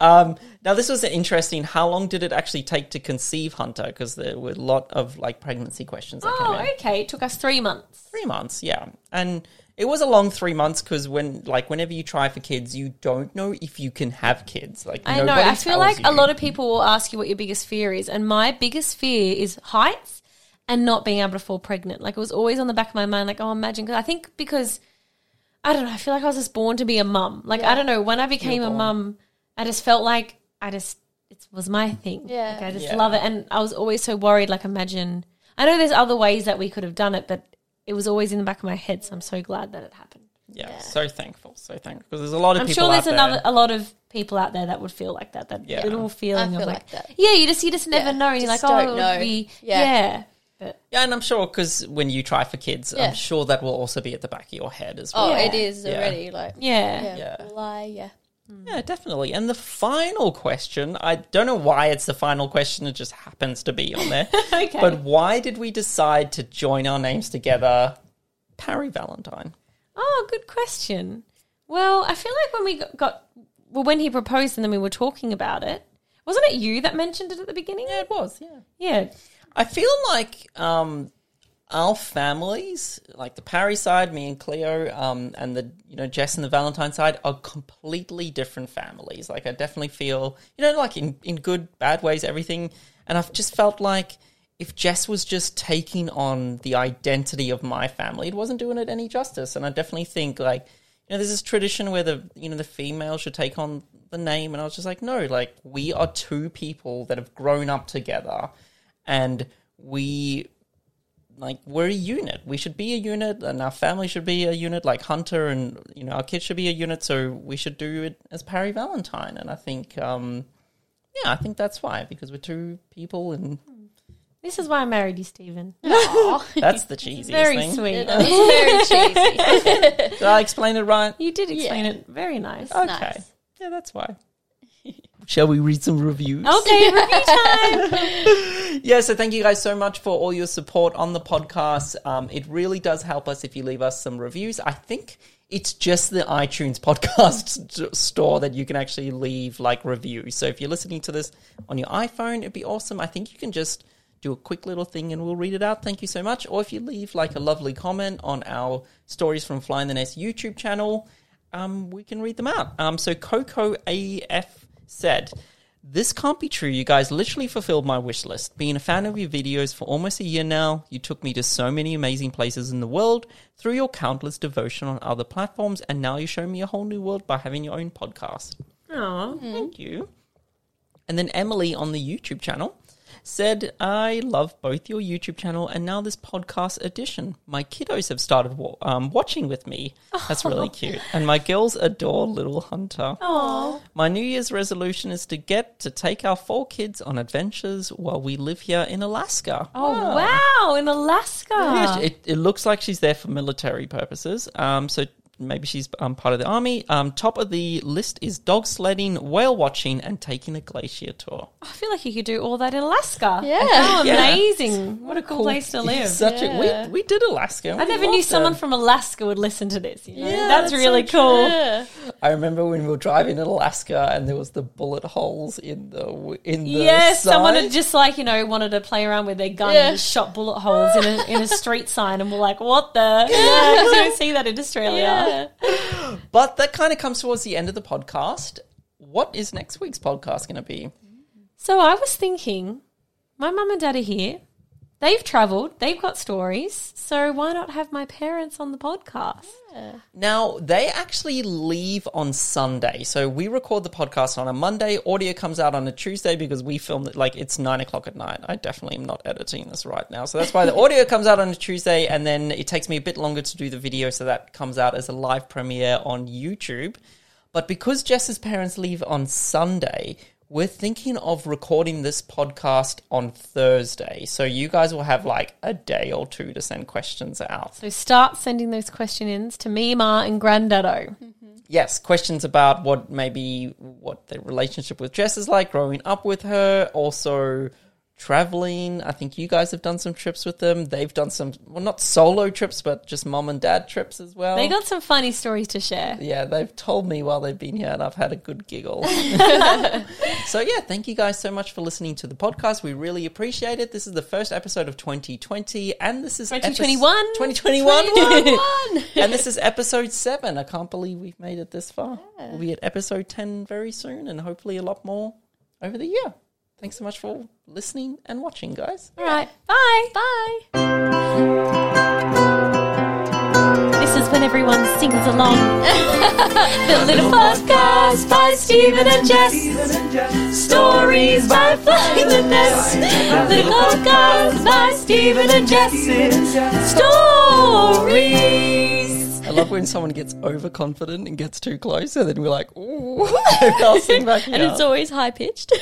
um, now, this was interesting. How long did it actually take to conceive Hunter? Because there were a lot of like pregnancy questions that came in. oh, okay. It took us three months. Three months, yeah, and it was a long three months because when like whenever you try for kids, you don't know if you can have kids. Like I know. nobody I tells feel like you. a lot of people will ask you what your biggest fear is, and my biggest fear is heights and not being able to fall pregnant. Like it was always on the back of my mind. Like oh, imagine. Cause I think because I don't know. I feel like I was just born to be a mum. Like I don't know. When I became a mum, I just felt like I just it was my thing. Yeah. Like, I just Yeah. love it, and I was always so worried. Like imagine. I know there's other ways that we could have done it, but it was always in the back of my head. So I'm so glad that it happened. yeah, so thankful, so thankful because there's a lot of I'm people. sure there's out there- another a lot of people out there that would feel like that. That Yeah. little feeling I of feel like, like that. yeah, you just you just never Yeah, know. You're like, just oh, don't it know. would be yeah. Yeah. But Yeah, and I'm sure because when you try for kids, Yeah. I'm sure that will also be at the back of your head as well. Oh, Yeah. it is Yeah. already like yeah, yeah, Yeah. lie, yeah. Yeah, definitely. And the final question I don't know why it's the final question, it just happens to be on there. okay. But why did we decide to join our names together, Parry Valentine? oh, good question. Well, I feel like when we got, got well, when he proposed and then we were talking about it, wasn't it you that mentioned it at the beginning? Yeah, it was, yeah. Yeah, I feel like um, our families, like the Parry side, me and Cleo, um, and the you know Jess and the Valentine side, are completely different families. Like I definitely feel you know like in in good bad ways everything, and I've just felt like. If Jess was just taking on the identity of my family, it wasn't doing it any justice. And I definitely think like, you know, there's this tradition where the you know the female should take on the name, and I was just like, no, like we are two people that have grown up together and we like we're a unit we should be a unit and our family should be a unit like hunter and you know our kids should be a unit so we should do it as parry valentine and i think um yeah i think that's why because we're two people and this is why I married you, Stephen. that's the cheesiest Very thing sweet. It's very cheesy. did i explain it right You did explain it very nice. okay nice. yeah that's why shall we read some reviews Okay, review time. yeah, so thank you guys so much for all your support on the podcast. Um, it really does help us if you leave us some reviews. I think it's just the iTunes podcast s- store that you can actually leave like reviews. So if you're listening to this on your iPhone, it'd be awesome. I think you can just do a quick little thing and we'll read it out. Thank you so much. Or if you leave like a lovely comment on our stories from Flying the Nest YouTube channel, um, we can read them out. Um, so Coco AF said, this can't be true. You guys literally fulfilled my wish list. Being a fan of your videos for almost a year now, you took me to so many amazing places in the world through your countless devotion on other platforms, and now you show me a whole new world by having your own podcast. Aw. Thank you. And then Emily on the YouTube channel said, I love both your YouTube channel and now this podcast edition. My kiddos have started wa- um, watching with me. That's really cute. And my girls adore Little Hunter. Oh. My New Year's resolution is to get to take our four kids on adventures while we live here in Alaska. Oh wow, in Alaska. Yeah, it, it looks like she's there for military purposes. Um, so maybe she's um, part of the army. Um, top of the list is dog sledding, whale watching, and taking a glacier tour. I feel like you could do all that in Alaska. Yeah. It's so Yeah. amazing. What a cool, place to live. Such a- Yeah. we, we did Alaska. I never knew someone from Alaska would listen to this. You know? Yeah, that's, that's really so cool. Yeah. I remember when we were driving in Alaska and there was the bullet holes in the w- in the Yes, someone sign. had just like you know wanted to play around with their gun Yeah. and just shot bullet holes in a in a street sign, and we're like, what the? Yeah, 'cause you don't see that in Australia. But that kind of comes towards the end of the podcast. What is next week's podcast going to be? So I was thinking, my mum and dad are here. They've travelled. They've got stories. So why not have my parents on the podcast? Now, they actually leave on Sunday. So we record the podcast on a Monday. Audio comes out on a Tuesday because we film it like it's nine o'clock at night. I definitely am not editing this right now. So that's why the audio comes out on a Tuesday. And then it takes me a bit longer to do the video. So that comes out as a live premiere on YouTube. But because Jess's parents leave on Sunday, we're thinking of recording this podcast on Thursday. So you guys will have like a day or two to send questions out. So start sending those questions to me, Ma, and Grandaddo. yes, questions about what maybe what the relationship with Jess is like, growing up with her, also traveling. I think you guys have done some trips with them. They've done some, well, not solo trips, but just mom and dad trips as well. They got some funny stories to share. yeah, they've told me while they've been here, and I've had a good giggle. so, yeah, thank you guys so much for listening to the podcast. We really appreciate it. This is the first episode of 2020, and this is epi- 2021. 2021. and this is episode seven. I can't believe we've made it this far. We'll be at episode 10 very soon and hopefully a lot more over the year. Thanks so much for listening and watching, guys. All right. Bye. Bye. This is when everyone sings along. the little podcast by Stephen and Jess. Stories by Flying the Nest. Little podcast by Stephen and Jess. Stories. I love when someone gets overconfident and gets too close, and then we're like, ooh, I'll sing back And here. it's always high pitched.